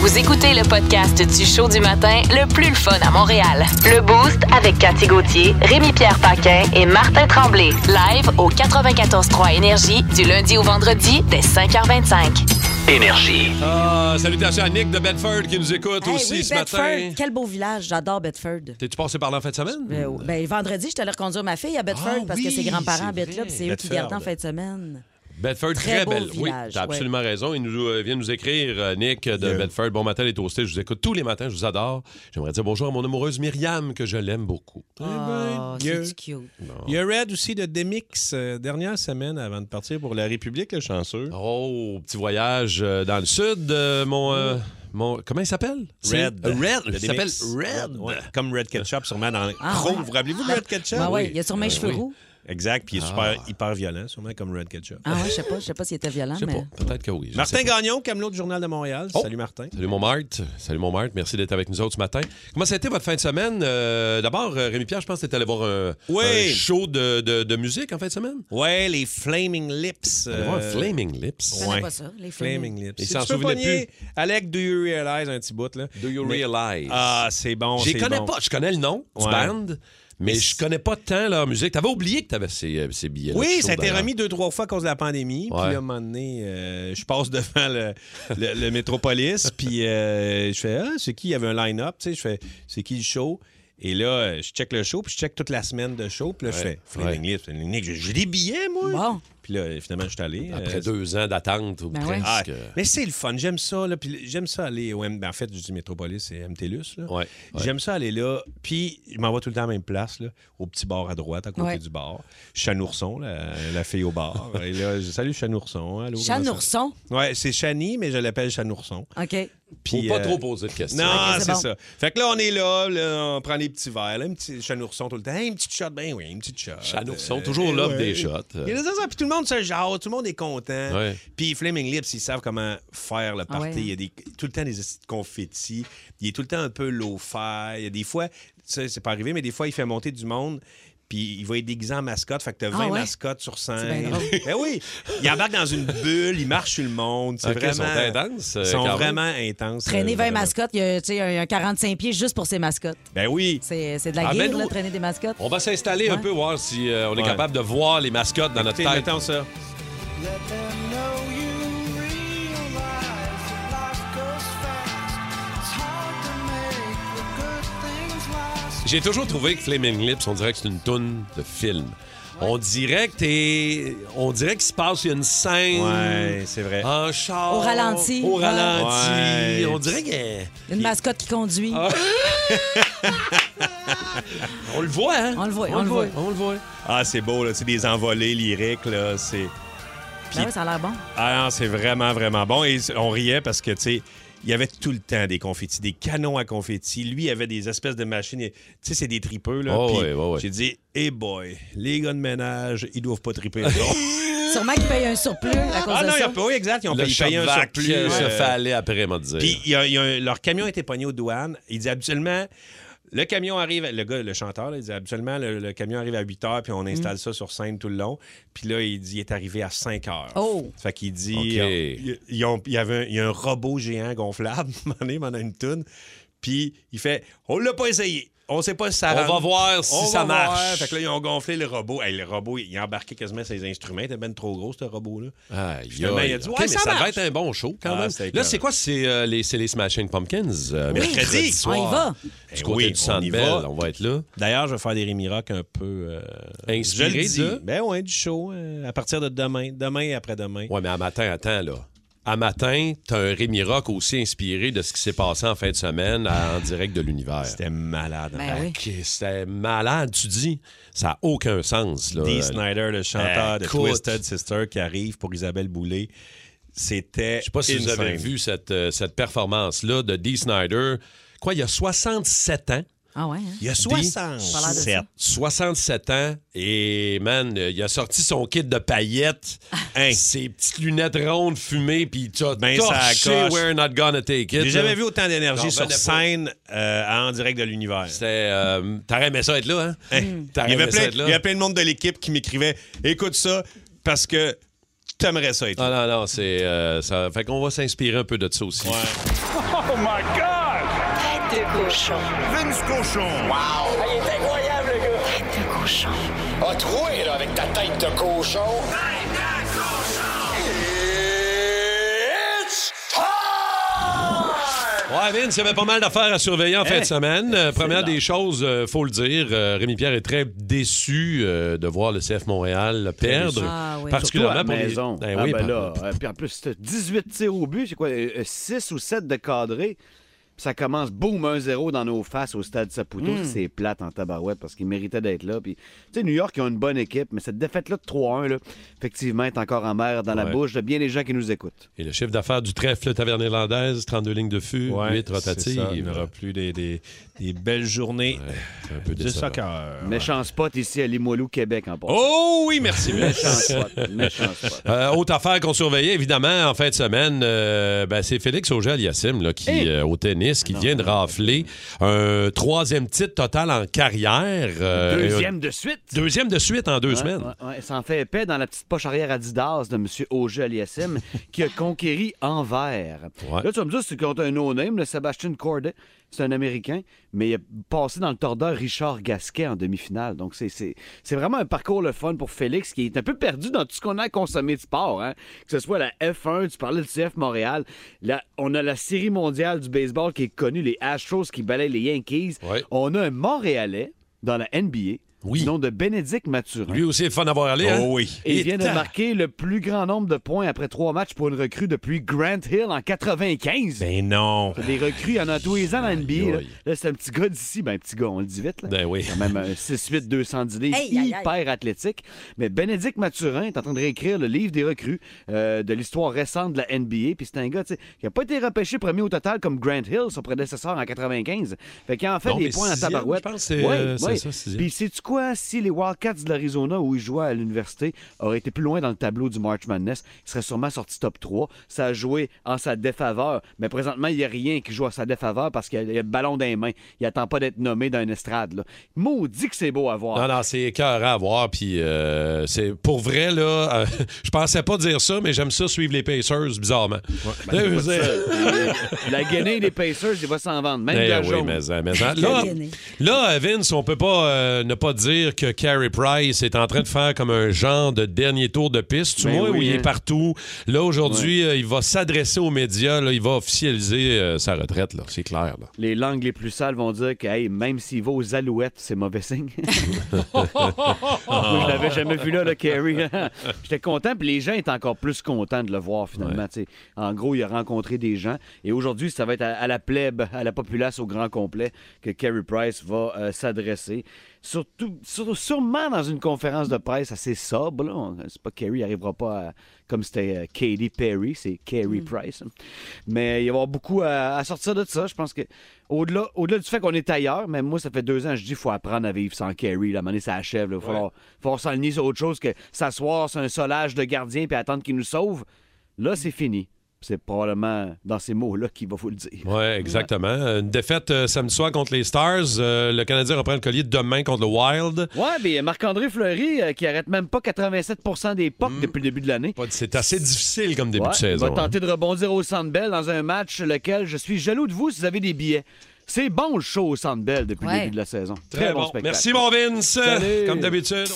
Speaker 1: Vous écoutez le podcast du show du matin le plus le fun à Montréal. Le Boost avec Cathy Gauthier, Rémi-Pierre Paquin et Martin Tremblay. Live au 94.3 Énergie du lundi au vendredi dès 5h25.
Speaker 2: Énergie.
Speaker 3: Ah, salutations à Nick de Bedford qui nous écoute
Speaker 4: Hey,
Speaker 3: aussi
Speaker 4: oui,
Speaker 3: ce
Speaker 4: Bedford.
Speaker 3: matin.
Speaker 4: Quel beau village. J'adore Bedford.
Speaker 3: T'es-tu passé par là en fin de semaine?
Speaker 4: Ben, oh, ben, vendredi, j'étais allée reconduire ma fille à Bedford
Speaker 3: Hmm. Ah
Speaker 4: parce que
Speaker 3: oui,
Speaker 4: ses grands-parents
Speaker 3: c'est
Speaker 4: habitent là,
Speaker 3: vrai.
Speaker 4: puis c'est eux qui
Speaker 5: Bedford.
Speaker 4: gardent en fin de semaine.
Speaker 3: Bedford, très,
Speaker 4: Très beau
Speaker 3: belle. oui,
Speaker 4: village,
Speaker 3: t'as
Speaker 4: ouais.
Speaker 3: absolument raison. Il nous, euh, vient nous écrire, euh, Nick de
Speaker 5: Yeah.
Speaker 3: Bedford. Bon matin, les toastés. Je vous écoute tous les matins. Je vous adore. J'aimerais dire bonjour à mon amoureuse Myriam, que je l'aime beaucoup. ben,
Speaker 4: Oh,
Speaker 5: Dieu.
Speaker 4: c'est cute.
Speaker 5: Eh ben, Il y a Red aussi de Demix, euh, dernière semaine avant de partir pour la République, le chanceux.
Speaker 3: Oh, petit voyage euh, dans le sud. euh, mon, euh,
Speaker 4: Mm.
Speaker 3: mon- Comment il s'appelle? C'est-
Speaker 5: Red.
Speaker 3: Red.
Speaker 5: Le
Speaker 3: Il s'appelle
Speaker 5: Demix.
Speaker 3: Red.
Speaker 5: Ouais, Comme Red Ketchup, sûrement dans
Speaker 4: Ah,
Speaker 5: Chrome.
Speaker 4: ouais.
Speaker 5: Vous rappelez-vous de Red Ketchup?
Speaker 4: Ben ouais, il a sur mes
Speaker 3: Ben
Speaker 4: cheveux
Speaker 3: oui.
Speaker 4: roux.
Speaker 5: Exact, puis il est
Speaker 3: Ah.
Speaker 5: super, hyper violent, sûrement comme Red Ketchup.
Speaker 4: Ah ouais, je sais pas, je sais pas s'il était violent,
Speaker 3: Je sais
Speaker 4: mais.
Speaker 3: pas. Peut-être que oui. je
Speaker 5: Martin
Speaker 3: sais pas.
Speaker 5: Gagnon, Camelot du Journal de Montréal.
Speaker 3: Oh.
Speaker 5: Salut Martin.
Speaker 3: Salut mon Marthe. Salut mon Marthe. Merci d'être avec nous autres ce matin. Comment ça a été votre fin de semaine? Euh, D'abord, euh, Rémi-Pierre, je pense que tu allé voir un,
Speaker 5: Oui.
Speaker 3: un show de, de- de musique en fin de semaine.
Speaker 5: Ouais, les Flaming Lips. euh,
Speaker 3: Allé voir Flaming Lips.
Speaker 4: Je connais pas ça, les
Speaker 5: Flaming Lips.
Speaker 3: Ils
Speaker 5: Si
Speaker 3: s'en
Speaker 5: tu peux
Speaker 3: souvenaient
Speaker 5: pogner Alec, do you realize un petit bout, là?
Speaker 3: Do you
Speaker 5: Mais-
Speaker 3: realize?
Speaker 5: Ah, c'est bon.
Speaker 3: je les
Speaker 5: c'est
Speaker 3: connais
Speaker 5: bon.
Speaker 3: pas. Je connais le nom du
Speaker 5: Ouais.
Speaker 3: band, mais
Speaker 5: Mais
Speaker 3: je
Speaker 5: c'est-
Speaker 3: connais pas tant leur musique. T'avais oublié que t'avais ces, euh, ces billets.
Speaker 5: Oui, ça a été remis deux, trois fois à cause de la pandémie.
Speaker 3: Ouais.
Speaker 5: Puis là, à un moment donné, euh, je passe devant le, le, le Métropolis, puis euh, je fais Ah, c'est qui Il y avait un line-up, tu sais, je fais C'est qui le show Et là, euh, je check le show, puis je check toute la semaine de show. Puis là, je
Speaker 3: Ouais.
Speaker 5: fais Fleeting Lips, Fleeting Lips. J'ai- J'ai des billets, moi.
Speaker 4: Bon.
Speaker 5: Puis là, finalement, je suis allé.
Speaker 3: Après
Speaker 5: euh,
Speaker 3: deux ans d'attente ou
Speaker 4: Ben ouais.
Speaker 5: ah,
Speaker 3: presque.
Speaker 5: mais c'est le fun, j'aime ça. Là, puis j'aime ça aller au M- ben, En fait, je dis Métropolis et MTLUS. là.
Speaker 3: Ouais, ouais.
Speaker 5: J'aime ça aller là. Puis je m'en vais tout le temps à la même place, là, au petit bar à droite, à côté
Speaker 4: Ouais.
Speaker 5: du bar. Chanourson, la, la fille au bar. et là, je salue Chanourson. Allô, comment ça-
Speaker 4: Chanourson.
Speaker 5: Ouais, c'est Chani, mais je l'appelle Chanourson.
Speaker 4: OK.
Speaker 5: Puis,
Speaker 3: Faut pas
Speaker 5: euh,
Speaker 3: trop poser de questions.
Speaker 5: non,
Speaker 4: Ok, c'est
Speaker 5: c'est
Speaker 4: bon.
Speaker 5: ça. Fait que là, on est là, là, on prend les petits verres, là, un petit chanourson tout le temps. Hey, une petite shot, ben oui, une petite shot. Eh
Speaker 3: Chanourson, toujours l'homme des shots.
Speaker 5: Il y a des affaires, puis tout le monde se jase, tout le monde est content.
Speaker 3: Ouais.
Speaker 5: Puis Flaming Lips, ils savent comment faire le party.
Speaker 4: ouais,
Speaker 5: Il y a des, tout le temps des confettis. Il est tout le temps un peu low-fi. Il y a des fois, ça, c'est pas arrivé, mais des fois, il fait monter du monde. Puis il va être déguisé en mascotte. Fait que t'as 20
Speaker 4: Ah ouais?
Speaker 5: mascottes sur
Speaker 4: C'est bien
Speaker 5: scène.
Speaker 4: drôle.
Speaker 5: ben oui! Il embarque dans une bulle, il marche sur le monde. C'est
Speaker 3: Ok, ils sont
Speaker 5: vraiment...
Speaker 3: intenses, euh,
Speaker 5: Ils sont
Speaker 3: quand même.
Speaker 5: vraiment intenses.
Speaker 4: Traîner
Speaker 5: euh,
Speaker 4: 20
Speaker 5: vraiment.
Speaker 4: mascottes, il y a, tu sais, un un 45 pieds juste pour ses mascottes.
Speaker 5: Ben oui.
Speaker 4: C'est c'est de la
Speaker 3: Ah, ben
Speaker 4: guerre, là,
Speaker 3: nous-
Speaker 4: traîner des mascottes.
Speaker 3: On va s'installer un
Speaker 4: Ouais.
Speaker 3: peu, voir si euh, on est
Speaker 5: Ouais.
Speaker 3: capable de voir les mascottes dans notre
Speaker 5: Écoutez,
Speaker 3: tête.
Speaker 5: mettons ça.
Speaker 3: J'ai toujours trouvé que Flaming Lips, on dirait que c'est une toune de film. On dirait que t'es. On dirait qu'il se passe une scène.
Speaker 5: Ouais, c'est vrai.
Speaker 3: En char.
Speaker 4: Au ralenti.
Speaker 3: Au ralenti.
Speaker 5: Ouais.
Speaker 3: On dirait que.
Speaker 4: Une mascotte qui conduit.
Speaker 5: Ah,
Speaker 4: Ben
Speaker 3: On le voit, hein?
Speaker 4: On le voit, on le voit.
Speaker 3: On le voit.
Speaker 5: Ah, c'est beau, là. Tu sais, des envolées lyriques, là. C'est.
Speaker 4: Ben ouais, ça a l'air bon.
Speaker 5: Ah non, c'est vraiment, vraiment bon. Et on riait parce que, tu sais, il y avait tout le temps des confettis, des canons à confettis. Lui, il avait des espèces de machines. Tu sais, c'est des tripeux, là.
Speaker 3: Oh
Speaker 5: Puis
Speaker 3: oui, oh oui.
Speaker 5: J'ai dit, hey boy, les gars de ménage, ils doivent pas triper. eux autres.
Speaker 4: Sûrement qu'il paye un surplus à cause
Speaker 5: ah
Speaker 4: de
Speaker 5: non, il y
Speaker 4: ça.
Speaker 5: a pas, oui, exact. Ils ont
Speaker 3: Le
Speaker 5: payé, payé un
Speaker 3: Chavac,
Speaker 5: surplus.
Speaker 3: euh, se
Speaker 5: euh,
Speaker 3: fait aller après, m'a dit.
Speaker 5: puis il y a- il y a un- leur camion était pogné aux douanes. Il dit habituellement, le camion arrive, le gars, le chanteur, là, il dit habituellement, le, le camion arrive à 8 heures, puis on
Speaker 3: Mm.
Speaker 5: installe ça sur scène tout le long. Puis là, il dit, il est arrivé à 5 heures.
Speaker 4: Oh.
Speaker 5: Fait qu'il dit,
Speaker 3: OK.
Speaker 5: euh, il- il y a- il y avait un, il y a un robot géant gonflable, à un moment donné, il m'en a une toune. Puis il fait, on l'a pas essayé. On sait pas si ça
Speaker 3: On
Speaker 5: rentre.
Speaker 3: va voir si
Speaker 5: On
Speaker 3: ça
Speaker 5: va voir.
Speaker 3: marche.
Speaker 5: Fait que là, ils ont gonflé le robot. Hey, le robot, il a embarqué quasiment ses instruments. Il était ben trop gros, ce robot-là.
Speaker 3: Aïe,
Speaker 5: Finalement,
Speaker 3: aïe.
Speaker 5: il a dit,
Speaker 3: OK,
Speaker 5: Ouais,
Speaker 3: mais
Speaker 5: ça
Speaker 3: ça va
Speaker 5: marche.
Speaker 3: être un bon show quand
Speaker 5: Ah,
Speaker 3: même.
Speaker 5: c'était
Speaker 3: Là,
Speaker 5: écœurant.
Speaker 3: c'est quoi? C'est euh, les, c'est les Smashing Pumpkins. euh,
Speaker 5: Oui.
Speaker 3: mercredi
Speaker 5: Mercredi.
Speaker 3: soir.
Speaker 4: On y va.
Speaker 3: Du
Speaker 5: Eh
Speaker 3: côté
Speaker 5: oui,
Speaker 3: du
Speaker 5: on
Speaker 3: Centre
Speaker 5: y
Speaker 3: Bell,
Speaker 5: va.
Speaker 3: on va être là.
Speaker 5: D'ailleurs, je vais faire des Rémi Rock un peu. euh,
Speaker 3: Inspiré
Speaker 5: je le dis.
Speaker 3: de?
Speaker 5: Ben ouais, du show. euh, à partir de demain. Demain et après-demain.
Speaker 3: Ouais, mais à matin, attends, là. À matin, t'as un Rémi Rock aussi inspiré de ce qui s'est passé en fin de semaine à- en direct de l'univers.
Speaker 5: C'était malade. hein.
Speaker 4: Ben oui.
Speaker 3: Ok, C'était malade, tu dis. Ça n'a aucun sens, là.
Speaker 5: Dee Snyder, le chanteur de
Speaker 3: Ben, Écoute.
Speaker 5: Twisted Sister, qui arrive pour Isabelle Boulay. C'était.
Speaker 3: Je sais pas si vous avez vu cette, euh, cette performance-là de Dee Snyder. Quoi, il y a 67 ans.
Speaker 4: Ah ouais. hein?
Speaker 5: Il y a
Speaker 4: Ça a l'air de
Speaker 5: 67.
Speaker 4: ça.
Speaker 3: 67 ans et man, euh, il a sorti son kit de paillettes,
Speaker 5: Hein.
Speaker 3: ses petites lunettes rondes fumées, puis tu as
Speaker 5: Ben, ça
Speaker 3: torché
Speaker 5: accroche.
Speaker 3: We're Not Gonna Take It.
Speaker 5: J'ai jamais
Speaker 3: là.
Speaker 5: vu autant
Speaker 3: J'en
Speaker 5: d'énergie sur
Speaker 3: revenais pas.
Speaker 5: scène euh, en direct de l'univers.
Speaker 3: C'était. euh, T'aurais aimé ça être là, hein? T'aurais
Speaker 5: Il y,
Speaker 3: aimé
Speaker 5: avait
Speaker 3: ça
Speaker 5: plein,
Speaker 3: être là.
Speaker 5: il y avait plein de monde de l'équipe qui m'écrivait Écoute ça parce que t'aimerais ça être
Speaker 3: Non,
Speaker 5: là.
Speaker 3: non, non, c'est. euh, ça... Fait qu'on va s'inspirer un peu de ça aussi.
Speaker 2: Oh
Speaker 1: Tête de cochon.
Speaker 2: Vince Cochon.
Speaker 8: Ah, il est incroyable, le gars! Tête de cochon. A troué, là, avec ta tête de cochon. Tête de cochon! It's time!
Speaker 3: Ouais, Vince, il y avait pas mal d'affaires à surveiller en
Speaker 5: Hein?
Speaker 3: fin de semaine. Euh, première des choses, euh, faut le dire, euh, Rémi Pierre est très déçu euh, de voir le CF Montréal perdre.
Speaker 4: déçu. Ah oui.
Speaker 3: Particulièrement
Speaker 2: Toi, à
Speaker 3: pour les-
Speaker 2: maison.
Speaker 3: Ben
Speaker 2: Ah,
Speaker 3: oui,
Speaker 2: ben
Speaker 3: par-
Speaker 2: là, euh, puis en plus, t'as 18 tirs au but, c'est quoi, 6 ou 7 de cadré. Puis ça commence, boum, 1-0 dans nos faces au stade Saputo.
Speaker 3: Hmm.
Speaker 2: C'est plate en tabarouette parce qu'ils méritaient d'être là. Puis, tu sais, New York, ils ont une bonne équipe, mais cette défaite-là de 3-1, là, effectivement, est encore en mer dans la
Speaker 3: Ouais.
Speaker 2: bouche de bien des gens qui nous écoutent.
Speaker 3: Et le chiffre d'affaires du trèfle taverne irlandaise, 32 lignes de fût, 8 rotatives.
Speaker 5: Il n'y aura plus des, des- des belles journées
Speaker 3: C'est un peu
Speaker 5: de
Speaker 3: décevant.
Speaker 5: soccer.
Speaker 2: Méchant spot ici à Limoilou, Québec, en passant.
Speaker 5: Oh oui, merci.
Speaker 2: Méchant spot. Méchant spot.
Speaker 3: Euh, autre affaire qu'on surveillait, évidemment, en fin de semaine, euh, ben, c'est Félix Auger-Aliassime, là, qui, euh, au tennis,
Speaker 2: Ah
Speaker 3: qui vient de rafler un troisième titre total en carrière. euh,
Speaker 2: Deuxième de suite.
Speaker 3: et un- deuxième de suite en deux
Speaker 2: Ouais,
Speaker 3: semaines.
Speaker 2: ouais, ouais. Ça en fait épais dans la petite poche arrière Adidas de M. Auger Aliassim qui a conquéri Anvers.
Speaker 3: Ouais.
Speaker 2: Là, tu vas me dire, c'est contre un no-name, le Sébastien Cordet. C'est un Américain, mais il a passé dans le tordeur Richard Gasquet en demi-finale. Donc, c'est- c'est c'est vraiment un parcours le fun pour Félix qui est un peu perdu dans tout ce qu'on a à consommer de sport. hein. Que ce soit la F1, tu parlais du CF Montréal. Là, on a la Série mondiale du baseball qui est connue, les Astros qui balayent les Yankees.
Speaker 3: Ouais.
Speaker 2: On a un Montréalais dans la NBA,
Speaker 3: Oui.
Speaker 2: du nom de Bénédicte Mathurin.
Speaker 3: Lui aussi, il est fun d'avoir allé. hein?
Speaker 5: Oh oui.
Speaker 2: Et
Speaker 3: Et
Speaker 2: il vient de
Speaker 3: ta-
Speaker 2: marquer le plus grand nombre de points après trois matchs pour une recrue depuis Grant Hill en 95.
Speaker 5: Ben non.
Speaker 2: Les recrues, il y en a tous les ans dans la NBA. Là,
Speaker 3: aïe.
Speaker 2: Là, c'est un petit gars d'ici, ben un petit gars, on le dit vite. Là.
Speaker 3: Ben oui.
Speaker 2: Quand même un 6'8", 210 livres,
Speaker 4: Aïe, aïe, aïe.
Speaker 2: hyper athlétique. Mais Bénédicte Mathurin est en train de réécrire le livre des recrues euh, de l'histoire récente de la NBA. Puis c'est un gars tu sais, qui n'a pas été repêché premier au total comme Grant Hill, son prédécesseur en 95. Fait qu'il en fait
Speaker 3: Non,
Speaker 2: des
Speaker 3: mais
Speaker 2: points en
Speaker 3: sixième,
Speaker 2: tabarouette.
Speaker 3: je pense que c'est,
Speaker 2: Ouais,
Speaker 3: euh, c'est
Speaker 2: ouais.
Speaker 3: ça, sixième.
Speaker 2: Puis sais-tu quoi? Si les Wildcats de l'Arizona, où il jouait à l'université, auraient été plus loin dans le tableau du March Madness, il serait sûrement sorti top 3. Ça a joué en sa défaveur. Mais présentement, il n'y a rien qui joue en sa défaveur parce qu'il y a- il y a le ballon dans les mains. Il n'attend pas d'être nommé dans une estrade. Là. Maudit que c'est beau à voir.
Speaker 3: Non, non, c'est écœurant à voir. Puis, euh, c'est pour vrai, là, euh, je pensais pas dire ça, mais j'aime ça suivre les Pacers, bizarrement.
Speaker 2: ben,
Speaker 3: Là, je veux dire-
Speaker 2: La Guinée des Pacers, il va s'en vendre. Même
Speaker 3: Eh
Speaker 2: la
Speaker 3: oui,
Speaker 2: jaune.
Speaker 3: mais, euh, mais, euh, là, là, Vince, on peut pas euh, ne pas dire que Carey Price est en train de faire comme un genre de dernier tour de piste, tu
Speaker 2: Ben
Speaker 3: vois,
Speaker 2: oui,
Speaker 3: où il
Speaker 2: hein.
Speaker 3: est partout. Là, aujourd'hui, euh, il va s'adresser aux médias, là, il va officialiser euh, sa retraite, là, c'est clair. Là.
Speaker 2: Les langues les plus sales vont dire que hey, même s'il va aux alouettes, c'est mauvais signe. Moi, je l'avais jamais vu là, le Kerry. J'étais content, puis les gens étaient encore plus contents de le voir finalement. tu sais. En gros, il a rencontré des gens. Et aujourd'hui, ça va être à, à la plèbe, à la populace au grand complet que Kerry Price va euh, s'adresser. Surtout, sur- sûrement dans une conférence de presse assez sobre. là. On- C'est pas Kerry, il arrivera pas à- comme c'était euh, Katy Perry, c'est Kerry Price. Mais il va y avoir beaucoup à, à sortir de ça. Je pense que au-delà au-delà du fait qu'on est ailleurs, même moi, ça fait deux ans, je dis qu'il faut apprendre à vivre sans Kerry. La monnaie, ça achève. Il faut falloir, falloir s'enligner sur autre chose que s'asseoir sur un solage de gardien puis attendre qu'il nous sauve. Là, c'est fini. C'est probablement dans ces mots-là qu'il va vous le dire.
Speaker 3: Oui, exactement. Une défaite euh, samedi soir contre les Stars. Euh, le Canadien reprend le collier demain contre le Wild.
Speaker 2: Ouais, mais Marc-André Fleury, euh, qui arrête même pas 87 des pocs depuis le début de l'année.
Speaker 3: C'est assez difficile comme début
Speaker 2: Ouais,
Speaker 3: de
Speaker 2: il
Speaker 3: saison. hein.
Speaker 2: va tenter de rebondir au Centre Bell dans un match lequel je suis jaloux de vous si vous avez des billets. C'est bon le show au Centre Bell depuis
Speaker 4: Ouais.
Speaker 2: le début de la saison.
Speaker 3: Très, bon.
Speaker 2: spectacle.
Speaker 3: Merci, mon Vince.
Speaker 2: Salut.
Speaker 3: Comme d'habitude.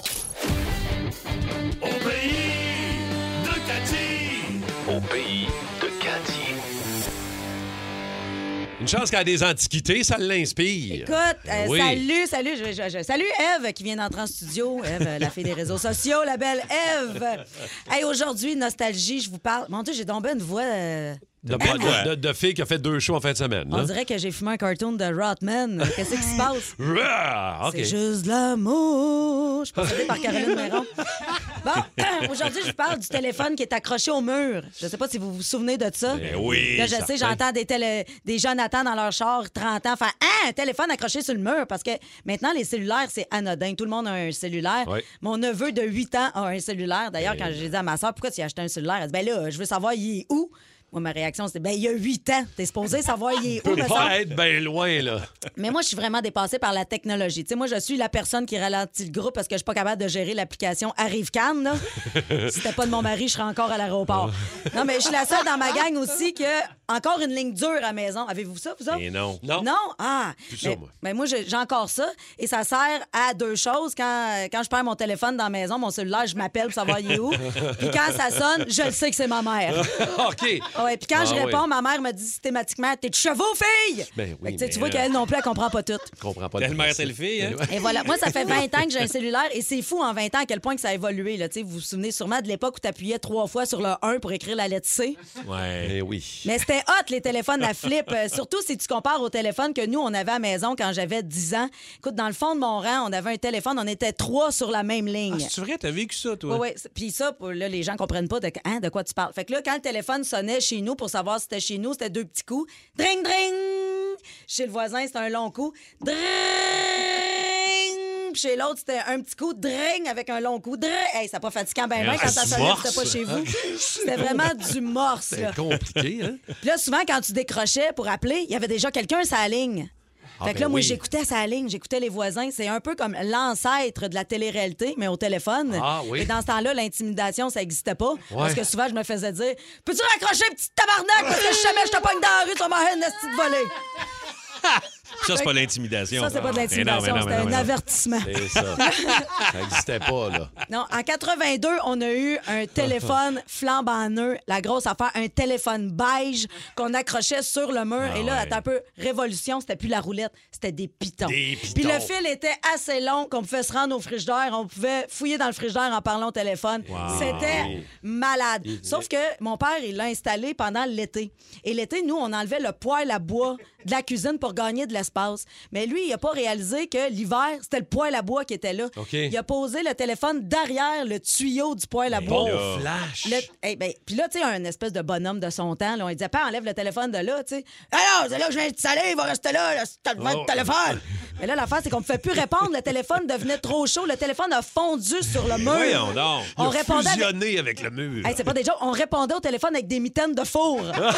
Speaker 8: Au pays de Cathy.
Speaker 3: Une chance qu'elle a des antiquités, ça l'inspire.
Speaker 4: Écoute, euh,
Speaker 3: Oui.
Speaker 4: salut, salut, je, je- je- salut Eve qui vient d'entrer en studio. Eve, euh, la fille des réseaux sociaux, la belle Eve. Hey, aujourd'hui, nostalgie, je vous parle. Mon Dieu, j'ai tombé une voix. euh,
Speaker 3: De,
Speaker 5: Ouais.
Speaker 3: de- de fille qui a fait deux shows en fin de semaine.
Speaker 5: Hein?
Speaker 4: On
Speaker 3: là.
Speaker 4: dirait que j'ai fumé un cartoon de Rotman. Qu'est-ce qui se passe?
Speaker 3: Ruah! Ah, OK.
Speaker 4: C'est juste l'amour. Je suis persuadée par Caroline Méron. Bon, aujourd'hui, je vous parle du téléphone qui est accroché au mur. Je ne sais pas si vous vous souvenez de ça.
Speaker 3: Ben oui,
Speaker 4: Là, je
Speaker 3: certain.
Speaker 4: sais, j'entends des, télé- des jeunes attendre dans leur char 30 ans faire Ah, un téléphone accroché sur le mur. Parce que maintenant, les cellulaires, c'est anodin. Tout le monde a un cellulaire.
Speaker 3: Oui. Ben
Speaker 4: Mon neveu de 8 ans a un cellulaire. D'ailleurs, quand j'ai dit à ma soeur pourquoi tu as acheté un cellulaire, elle dit Ben là, je veux savoir, il est où? Moi, ma réaction, c'était Ben, il y a 8 ans. T'es supposé savoir, il est où?
Speaker 3: Peut
Speaker 4: me semble.
Speaker 3: pas être bien loin, là.
Speaker 4: Mais moi, je suis vraiment dépassée par la technologie. Tu sais, moi, je suis la personne qui ralentit le groupe parce que je suis pas capable de gérer l'application Arrive Cannes. là. si c'était pas de mon mari, je serais encore à l'aéroport. non, mais je suis la seule dans ma gang aussi que encore une ligne dure à la maison. Avez-vous ça, vous autres?
Speaker 5: Et non.
Speaker 3: Non.
Speaker 4: Non? Ah!
Speaker 3: ça,
Speaker 4: mais,
Speaker 3: moi.
Speaker 4: mais moi, j'ai j'ai encore ça. Et ça sert à deux choses. Quand, quand je perds mon téléphone dans la maison, mon cellulaire, je m'appelle pour savoir il est où. Puis quand ça sonne, je le sais que c'est ma mère.
Speaker 3: OK.
Speaker 4: Ah Ouais, puis quand
Speaker 3: Ah
Speaker 4: je
Speaker 3: ouais.
Speaker 4: réponds, ma mère me dit systématiquement T'es de chevaux, fille!
Speaker 3: Ben oui,
Speaker 4: Fait que, tu sais, tu
Speaker 3: mais,
Speaker 4: vois
Speaker 3: euh,
Speaker 4: qu'elle non plus, elle comprend pas tout.
Speaker 3: Je comprends pas. le
Speaker 5: Telle mère,
Speaker 3: principe.
Speaker 5: telle fille, hein?
Speaker 4: Et voilà, moi, ça fait 20 ans que j'ai un cellulaire et c'est fou en 20 ans à quel point que ça a évolué. Là. Tu sais, Vous vous souvenez sûrement de l'époque où tu appuyais trois fois sur le 1 pour écrire la lettre C.
Speaker 5: Ouais.
Speaker 3: Ben oui.
Speaker 4: Mais c'était hot, les téléphones à flip. Euh, surtout si tu compares au téléphone que nous, on avait à la maison quand j'avais 10 ans. Écoute, dans le fond de mon rang, on avait un téléphone, on était trois sur la même ligne.
Speaker 5: Ah, c'est vrai, t'as vécu ça, toi?
Speaker 4: Oui, oui. Puis ça, pour- là, les gens comprennent pas de, hein, de quoi tu parles. Fait que là, quand le téléphone sonnait chez nous pour savoir si c'était chez nous, c'était deux petits coups. Dring, dring! Chez le voisin, c'était un long coup. Dring! Chez l'autre, c'était un petit coup. Dring! Avec un long coup. Dring! Hey, ça pas fatigant ben ben
Speaker 5: Ah,
Speaker 4: quand ça
Speaker 5: du
Speaker 4: sonnait, c'était
Speaker 5: morse.
Speaker 4: pas chez vous. C'était vraiment du morse. là.
Speaker 3: C'est compliqué, hein?
Speaker 4: Puis là, souvent, quand tu décrochais pour appeler, il y avait déjà quelqu'un sur la ligne. fait que
Speaker 3: ben
Speaker 4: là, moi,
Speaker 3: oui.
Speaker 4: j'écoutais sa ligne, j'écoutais les voisins. C'est un peu comme l'ancêtre de la télé-réalité, mais au téléphone.
Speaker 3: Ah oui.
Speaker 4: Et dans ce temps-là, l'intimidation, ça n'existait pas. Parce que souvent, je me faisais dire Peux-tu raccrocher, petit tabarnak, parce que jamais je te pogne dans la rue, tu vas m'en faire une petite volée.
Speaker 5: Ça, c'est pas l'intimidation.
Speaker 4: Ça, c'est
Speaker 3: Ah,
Speaker 4: pas de l'intimidation,
Speaker 5: Mais non, mais
Speaker 4: c'était
Speaker 5: non, mais
Speaker 4: un
Speaker 5: non.
Speaker 4: avertissement.
Speaker 3: C'est ça. ça n'existait pas, là.
Speaker 4: Non, en 82, on a eu un téléphone flambant neuf, la grosse affaire, un téléphone beige qu'on accrochait sur le mur. et là,
Speaker 5: Ah ouais.
Speaker 4: attends un peu, révolution, c'était plus la roulette, c'était des pitons.
Speaker 5: Des
Speaker 4: Puis
Speaker 5: pitons.
Speaker 4: le fil était assez long qu'on pouvait se rendre au frigidaire, on pouvait fouiller dans le frigidaire en parlant au téléphone. C'était malade. Sauf que mon père, il l'a installé pendant l'été. Et l'été, nous, on enlevait le poêle à bois de la cuisine pour gagner de l'espace. Mais lui, il n'a pas réalisé que l'hiver, c'était le poêle à bois qui était là.
Speaker 3: OK.
Speaker 4: Il a posé le téléphone derrière le tuyau du poêle à bois.
Speaker 5: là.
Speaker 3: flash!
Speaker 4: Le- eh ben, Puis là, tu sais, un espèce de bonhomme de son temps, là, on lui disait, pas enlève le téléphone de là, tu sais. Alors, c'est là que je viens de te saler, il va rester là, là, si t'as le
Speaker 5: Oh.
Speaker 4: téléphone. Mais là, l'affaire, c'est qu'on ne pouvait plus répondre, le téléphone devenait trop chaud, le téléphone a fondu sur le mur.
Speaker 5: Voyons donc.
Speaker 4: On
Speaker 5: Il a
Speaker 4: répondait avec-
Speaker 5: fusionné avec... le mur.
Speaker 4: Hey, c'est pas des jokes, on répondait au téléphone avec des mitaines de four.
Speaker 5: Ah,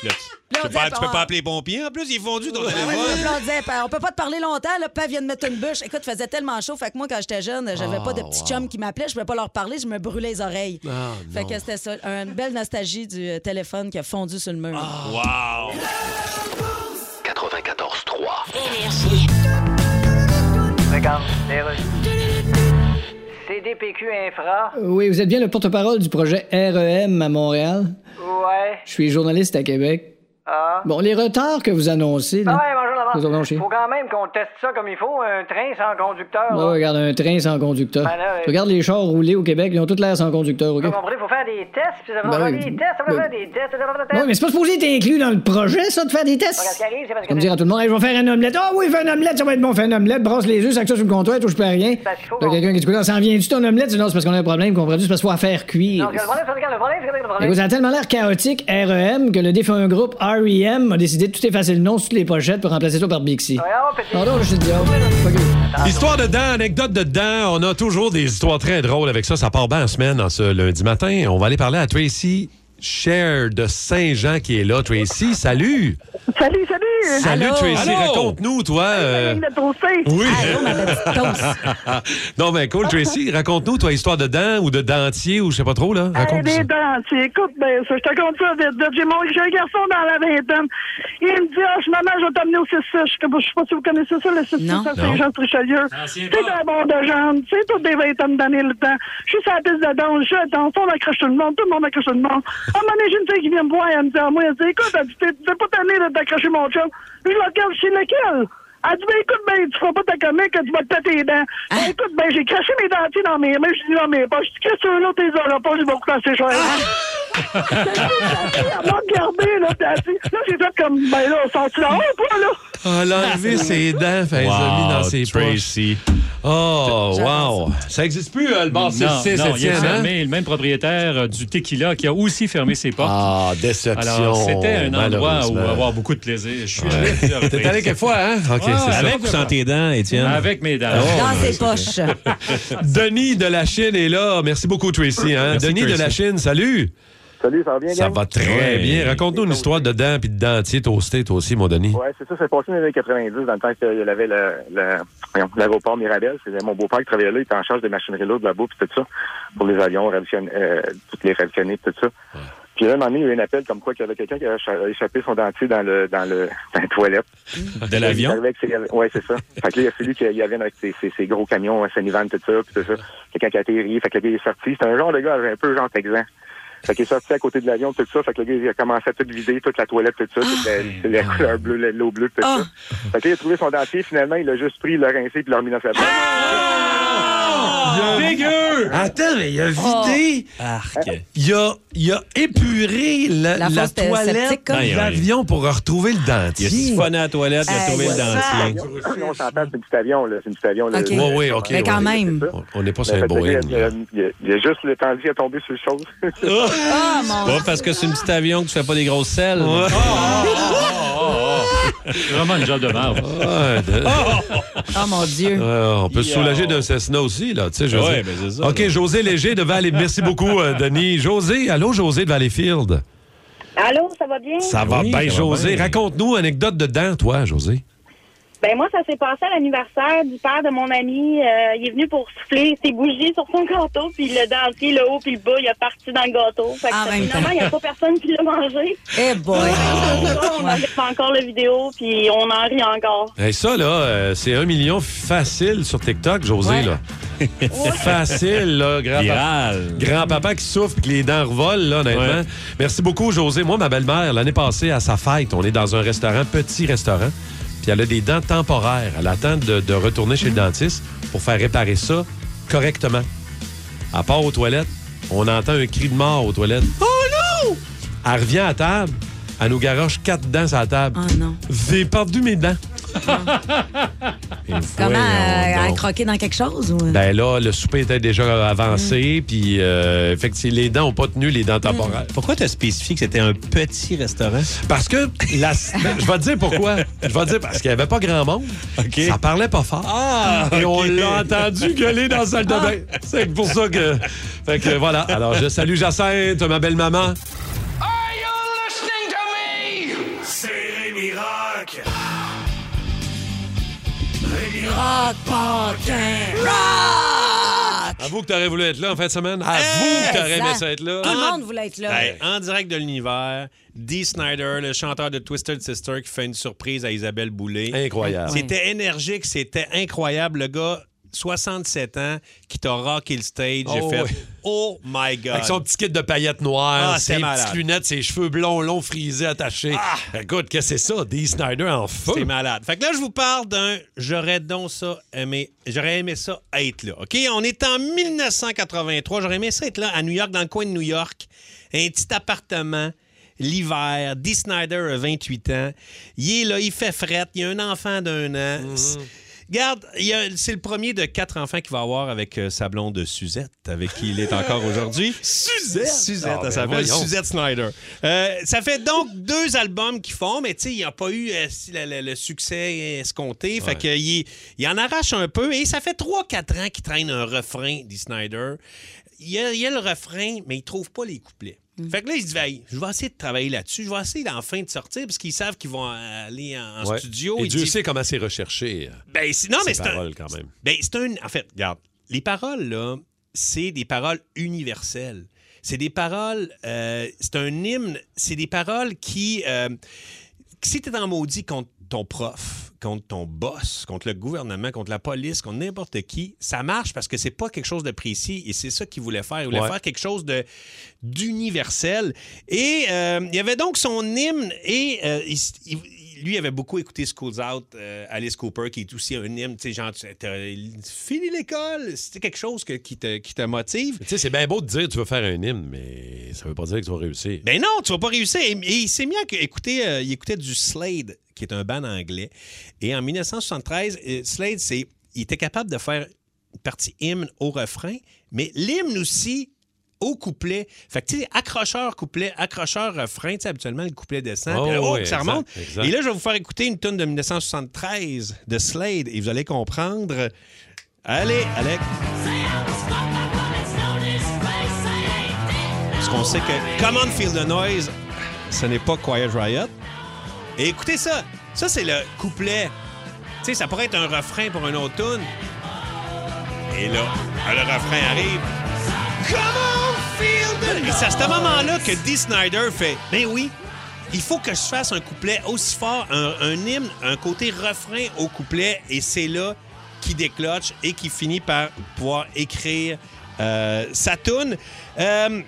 Speaker 5: Là, tu-
Speaker 4: on
Speaker 5: tu, peux pas,
Speaker 4: dit,
Speaker 5: tu peux
Speaker 4: ah,
Speaker 5: pas appeler les pompiers. En plus, ils font du
Speaker 4: Ah ouais, puis là, on disait, Pa- on peut pas te parler longtemps, là, pas vient de mettre une bûche. Écoute, faisait tellement chaud, fait que moi, quand j'étais jeune, j'avais pas de petits
Speaker 5: Ah,
Speaker 4: chums qui m'appelaient, je pouvais pas leur parler, je me brûlais les oreilles. fait que c'était ça, une belle nostalgie du euh, téléphone qui a fondu sur le
Speaker 5: Ah,
Speaker 4: mur.
Speaker 5: Wow!
Speaker 8: 94.3.
Speaker 1: Énergie.
Speaker 9: CDPQ Infra.
Speaker 6: Oui, vous êtes bien le porte-parole du projet REM à Montréal.
Speaker 9: Ouais.
Speaker 6: Je suis journaliste à Québec.
Speaker 9: Ah.
Speaker 6: Bon, les retards que vous annoncez,
Speaker 9: Ah
Speaker 6: là.
Speaker 9: ouais, bonjour
Speaker 6: Nous allons chier.
Speaker 9: d'avance. Faut quand même qu'on teste ça comme il faut, un train sans conducteur.
Speaker 6: Ouais,
Speaker 9: là.
Speaker 6: regarde, un train sans conducteur.
Speaker 9: Ben là, ouais. Ah,
Speaker 6: Regarde les chars roulés au Québec, ils ont toutes l'air sans conducteur, OK?
Speaker 9: Vous comprenez, faut faire des tests, puis ça va
Speaker 6: Ben
Speaker 9: faire
Speaker 6: oui.
Speaker 9: des tests, ça va
Speaker 6: Ben-
Speaker 9: faire des tests, ça va faire des
Speaker 6: Oui,
Speaker 9: tests.
Speaker 6: mais c'est pas supposé être inclus dans le projet, ça, de faire des
Speaker 9: Regarde, ce
Speaker 6: tests.
Speaker 9: qui arrive, c'est parce que
Speaker 6: On me dire à tout le monde, Hey, je vais faire un omelette. Ah oui, fais un omelette, ça va être bon, fais un omelette, brasse les œufs, sac ça sur le comptoir, touche pas à rien.
Speaker 9: Parce qu'il faut-
Speaker 6: Là, quelqu'un qui dit, Coudonc, ça en vient-tu ton omelette? Je dis, Non, c'est parce qu'on a un problème, comprends-tu? C'est parce qu'il faut la faire cuire.
Speaker 9: Non, regarde, le problème, c'est regarde, le problème, c'est regarde, le
Speaker 6: Écoute,
Speaker 9: problème.
Speaker 6: ça a tellement l'air chaotique, REM, que le défunt groupe REM a décidé de tout effacer le nom sur toutes les pochettes pour remplacer ça par Bixi.
Speaker 9: Ouais, oh, petit.
Speaker 6: Pardon, je te dis, oh, fuck you.
Speaker 3: Histoire dedans, anecdote dedans, on a toujours des histoires très drôles avec ça. Ça part bien en semaine, en ce lundi matin. On va aller parler à Tracy Cher de Saint-Jean qui est là. Tracy, salut!
Speaker 10: Salut, salut!
Speaker 3: Salut
Speaker 4: Allô?
Speaker 3: Tracy,
Speaker 5: Allô?
Speaker 3: raconte-nous, toi. euh,
Speaker 10: Salut, la toastée.
Speaker 3: Oui.
Speaker 4: Allô, ma belle petite toast.
Speaker 3: non, mais cool, Tracy, raconte-nous, toi, histoire de dents ou de dentier ou je sais pas trop, là.
Speaker 10: Hey,
Speaker 3: Raconte
Speaker 10: les
Speaker 3: ça.
Speaker 10: dents, tu écoute bien ça. Je te compte ça vite, vite. J'ai, mon, j'ai un garçon dans la vingtaine. Il me dit, ah, je maman, je vais t'emmener au 6 Je sais pas- je sais pas si vous connaissez ça, le 6
Speaker 4: Non.
Speaker 10: à Saint-Jean-Richelieu.
Speaker 5: Ancien
Speaker 10: Ah, C'est un bon de jambes. C'est toutes des vingtaines d'années le temps. Je suis sur la piste de danse, je danse, on accroche tout le monde, tout le monde accroche tout le monde. À un moment donné, j'ai une fille qui vient me voir, elle me dit, à moi, elle dit, écoute, elle dit, t'es, t'es pas tannée là, d'accrocher mon chum. Je la regarde, c'est lequel? Elle dit, ben écoute, ben, tu feras pas ta comique, tu vas te péter les dents.
Speaker 4: Ah.
Speaker 10: Ben, écoute, ben, j'ai craché mes dentiers dans mes mains, je dis dans mes poches. Tu craches un autre, tes auras pas, je vais couper ses choses. Elle m'a regardé, là, t'as dit. Là, j'ai fait comme, ben là, sens-tu la honte, toi, là?
Speaker 3: Ah, l'enlever ses dents, fait les a mis dans ses poches.
Speaker 11: Tracy.
Speaker 3: Oh, wow. Ça existe plus, euh, le bar
Speaker 11: Non,
Speaker 3: 6
Speaker 11: non, il a
Speaker 3: Étienne, hein?
Speaker 11: fermé, le même propriétaire euh, du Tequila qui a aussi fermé ses portes.
Speaker 3: Ah, déception.
Speaker 11: Alors, c'était un endroit où
Speaker 3: malheureusement.
Speaker 11: avoir beaucoup de plaisir. Je suis allé plusieurs
Speaker 3: T'es allé
Speaker 11: reprises.
Speaker 3: quelquefois, hein? OK,
Speaker 11: Ouais,
Speaker 3: c'est ça.
Speaker 5: Avec ou sans tes dents, Étienne?
Speaker 11: Avec mes dames.
Speaker 4: Dans ses poches.
Speaker 3: Denis de la Chine est là. Merci beaucoup, Tracy. hein.
Speaker 11: Merci,
Speaker 3: Denis de
Speaker 11: Tracy.
Speaker 3: la Chine, salut.
Speaker 10: Salut, ça va bien,
Speaker 3: Ça va très
Speaker 5: Ouais.
Speaker 3: bien. Raconte-nous une histoire de dents puis de dentier toasté, toi aussi, mon Denis.
Speaker 10: Ouais, c'est ça, c'est passé dans les années 90, dans le temps qu'il avait le, le- voyons, l'aéroport Mirabel. C'était mon beau-père qui travaillait là, il était en charge des machineries lourdes là-bas, puis tout ça, pour les avions, radicien- euh, toutes les radictionnées, puis tout ça. Puis là, un moment donné, il y a eu un appel comme quoi qu'il y avait quelqu'un qui avait écha- échappé son dentier dans le dans le dans la toilette.
Speaker 5: De l'avion?
Speaker 10: Avec ses, ouais, c'est ça. fait que là, il a fallu qu'il vienne avec ses, ses- ses gros camions, hein, Sanivan, tout ça, puis tout ça. Quelqu'un qui a atterri, fait que le gars il est sorti. C'est un genre de gars un peu genre texan. Fait qu'il est sorti à côté de l'avion, tout ça. Fait que le gars, il a commencé à tout vider, toute la toilette, tout ça. toute la- la, couleur bleue, la- l'eau bleue, tout ça. Fait que là, il a trouvé son dentier. Finalement, il l'a juste pris, il l'a rincé, puis il l'a remis dans sa poche.
Speaker 3: Dégueu!
Speaker 5: Ah. Attends, mais il a Euh,
Speaker 4: vidé.
Speaker 5: Arc.
Speaker 3: Il a, il a épuré la,
Speaker 4: La
Speaker 3: la
Speaker 4: fosse hein?
Speaker 3: toilette
Speaker 4: septique, comme.
Speaker 3: de l'avion pour retrouver le
Speaker 5: Il a
Speaker 3: dentier.
Speaker 5: siphonné à la toilette, il a
Speaker 4: Hey,
Speaker 5: trouvé le
Speaker 4: ça.
Speaker 5: dentier.
Speaker 10: on s'entend, c'est un petit avion, là. C'est un petit avion, là.
Speaker 4: Ok.
Speaker 3: Ouais, ouais, OK.
Speaker 4: Mais quand
Speaker 3: ouais.
Speaker 4: même.
Speaker 3: On- On n'est pas sur
Speaker 10: Mais
Speaker 3: un
Speaker 10: fait que le
Speaker 3: Boeing.
Speaker 10: gars, il, a, il a- il a juste le temps à tomber sur le chose.
Speaker 4: Ah, mon
Speaker 5: Pas parce que c'est un petit avion que tu fais pas des grosses selles. Ah,
Speaker 11: Vraiment une job de marbre.
Speaker 3: Ah, de-
Speaker 4: Oh mon Dieu.
Speaker 3: Ah, on peut se
Speaker 5: Yo.
Speaker 3: soulager d'un Cessna aussi, là. Tu sais, je veux
Speaker 5: Ouais,
Speaker 3: dire.
Speaker 5: mais c'est ça,
Speaker 3: OK,
Speaker 5: là.
Speaker 3: José Léger de Valley. Merci beaucoup, euh, Denis. José, allô, José de Valleyfield.
Speaker 10: Allô, ça va bien?
Speaker 3: Ça va
Speaker 5: Oui,
Speaker 3: bien,
Speaker 5: ça va
Speaker 3: José.
Speaker 5: bien.
Speaker 3: Raconte-nous anecdote de dents, toi, José.
Speaker 12: Ben moi, ça s'est passé à l'anniversaire du père de mon ami. Euh, il est venu pour souffler ses bougies sur son gâteau, puis le dentier, le haut, puis le bas, il a parti dans le gâteau. Fait que
Speaker 4: En même
Speaker 12: finalement,
Speaker 4: temps.
Speaker 12: il n'y a pas personne qui l'a mangé.
Speaker 4: Eh boy!
Speaker 12: on en fait encore la vidéo, puis on en rit encore.
Speaker 3: Hey, ça, là, euh, c'est un million facile sur TikTok, José,
Speaker 12: Ouais.
Speaker 3: là. facile, là, grand-papa. Grand-papa qui souffle et que les dents revolent, là, honnêtement. Merci beaucoup, José. Moi, ma belle-mère, l'année passée, à sa fête, on est dans un restaurant, petit restaurant, puis elle a des dents temporaires. Elle attend de, de retourner chez le dentiste pour faire réparer ça correctement. À part aux toilettes, on entend un cri de mort aux toilettes. Oh non! Elle revient à table, elle nous garoche quatre dents à la table.
Speaker 4: Oh non.
Speaker 3: J'ai perdu mes dents. euh,
Speaker 4: Comment
Speaker 3: Voyons
Speaker 4: euh, à
Speaker 3: donc.
Speaker 4: croquer dans quelque chose? Ou...
Speaker 3: Ben là, le souper était déjà avancé, puis euh, effectivement, les dents n'ont pas tenu les dents temporaires. Pourquoi tu as spécifié que c'était un petit restaurant? Parce que, la... ben, je vais te dire pourquoi. Je vais te dire parce qu'il n'y avait pas grand monde. Ça parlait pas fort.
Speaker 8: Ah,
Speaker 3: Et on
Speaker 8: ok.
Speaker 3: l'a entendu gueuler dans la salle de bain. C'est pour ça que... Fait que voilà. Alors, je salue Jacinthe, ma belle-maman.
Speaker 8: C'est Rémi Rock. Rémi
Speaker 4: Rock,
Speaker 3: Avoue que t'aurais voulu être là en fin de semaine. Avoue que t'aurais aimé ça être là.
Speaker 4: Tout le monde voulait être là.
Speaker 5: Hey, en direct de l'univers, Dee Snyder, le chanteur de Twisted Sister, qui fait une surprise à Isabelle Boulay.
Speaker 3: Incroyable.
Speaker 5: C'était énergique, c'était incroyable. Le gars, 67 ans, qui t'a rocké le stage.
Speaker 3: Oh,
Speaker 5: J'ai fait
Speaker 3: oui.
Speaker 5: Oh my God.
Speaker 3: Avec son petit kit de paillettes noires,
Speaker 5: Ah, c'est
Speaker 3: ses
Speaker 5: malade.
Speaker 3: petites lunettes, ses cheveux blonds, longs, frisés, attachés. Écoute, qu'est-ce que c'est ça? Dee Snyder en feu.
Speaker 5: C'est malade. Fait que là, je vous parle d'un j'aurais donc ça aimé, j'aurais aimé ça être là. OK? On est en 1983. J'aurais aimé ça être là à New York, dans le coin de New York. Un petit appartement. L'hiver, Dee Snyder a 28 ans. Il est là, il fait fret. Il a un enfant d'un an.
Speaker 3: Mm-hmm.
Speaker 5: Regarde, il y a- c'est le premier de quatre enfants qu'il va avoir avec euh, sa blonde Suzette, avec qui il est encore aujourd'hui.
Speaker 3: Suzette?
Speaker 5: Suzette,
Speaker 3: Ah, ben
Speaker 5: elle s'appelle
Speaker 3: voyons.
Speaker 5: Suzette Snyder. Euh, ça fait donc deux albums qu'ils font, mais tu sais, il n'a pas eu euh, si le, le- le succès escompté. Fait
Speaker 3: Ouais.
Speaker 5: que il, il en arrache un peu et ça fait 3-4 ans qu'il traîne un refrain, dit Snyder. Il y a, il y a le refrain, mais il trouve pas les couplets.
Speaker 3: Mm.
Speaker 5: Fait que là, il se dit, Hey, je vais essayer de travailler là-dessus. Je vais essayer enfin de sortir parce qu'ils savent qu'ils vont aller en, en
Speaker 3: Ouais.
Speaker 5: studio.
Speaker 3: Et
Speaker 5: Il
Speaker 3: Dieu
Speaker 5: dit-
Speaker 3: sait comment c'est recherché.
Speaker 5: ben, c'est- non,
Speaker 3: Ces
Speaker 5: mais c'est un-
Speaker 3: paroles, quand même.
Speaker 5: Ben, c'est un. En fait, regarde, les paroles, là, c'est des paroles universelles. C'est des paroles. euh, c'est un hymne. C'est des paroles qui. euh, si t'es en maudit contre ton prof, contre ton boss, contre le gouvernement, contre la police, contre n'importe qui, ça marche parce que c'est pas quelque chose de précis et c'est ça qu'il voulait faire. Il voulait
Speaker 3: Ouais.
Speaker 5: faire quelque chose de d'universel. Et euh, il y avait donc son hymne et euh, il s- il- il- lui avait beaucoup écouté Schools Out, euh, Alice Cooper, qui est aussi un hymne, tu sais, genre, tu- t'as- finis l'école, c'est quelque chose que- qui, te, qui te motive.
Speaker 3: Tu sais, c'est bien beau de dire tu veux faire un hymne, mais ça veut pas dire que tu vas réussir.
Speaker 5: Ben non, tu vas pas réussir. Et, et il s'est mis à que- écouter, euh, il écoutait du Slade, qui est un band anglais. Et en 1973, euh, Slade, c'est, il était capable de faire une partie hymne au refrain, mais l'hymne aussi au couplet. Fait que, tu sais, accrocheur, couplet, accrocheur, refrain. Tu sais, habituellement, le couplet descend,
Speaker 3: Oh,
Speaker 5: puis là, oh,
Speaker 3: oui,
Speaker 5: ça
Speaker 3: exact,
Speaker 5: remonte.
Speaker 3: exact.
Speaker 5: Et là, je vais vous faire écouter une tune de 1973 de Slade, et vous allez comprendre. Allez, Alex. Parce qu'on sait que Common Feel the Noise, ce n'est pas Quiet Riot. Et écoutez ça. Ça, c'est le couplet. Tu sais, ça pourrait être un refrain pour un autre tune. Et là, le refrain arrive. Come on, feel the- Et c'est à ce moment-là que Dee Snyder fait Ben oui, il faut que je fasse un couplet aussi fort, un, un hymne, un côté refrain au couplet. Et c'est là qu'il décloche et qu'il finit par pouvoir écrire euh, sa toune. Euh,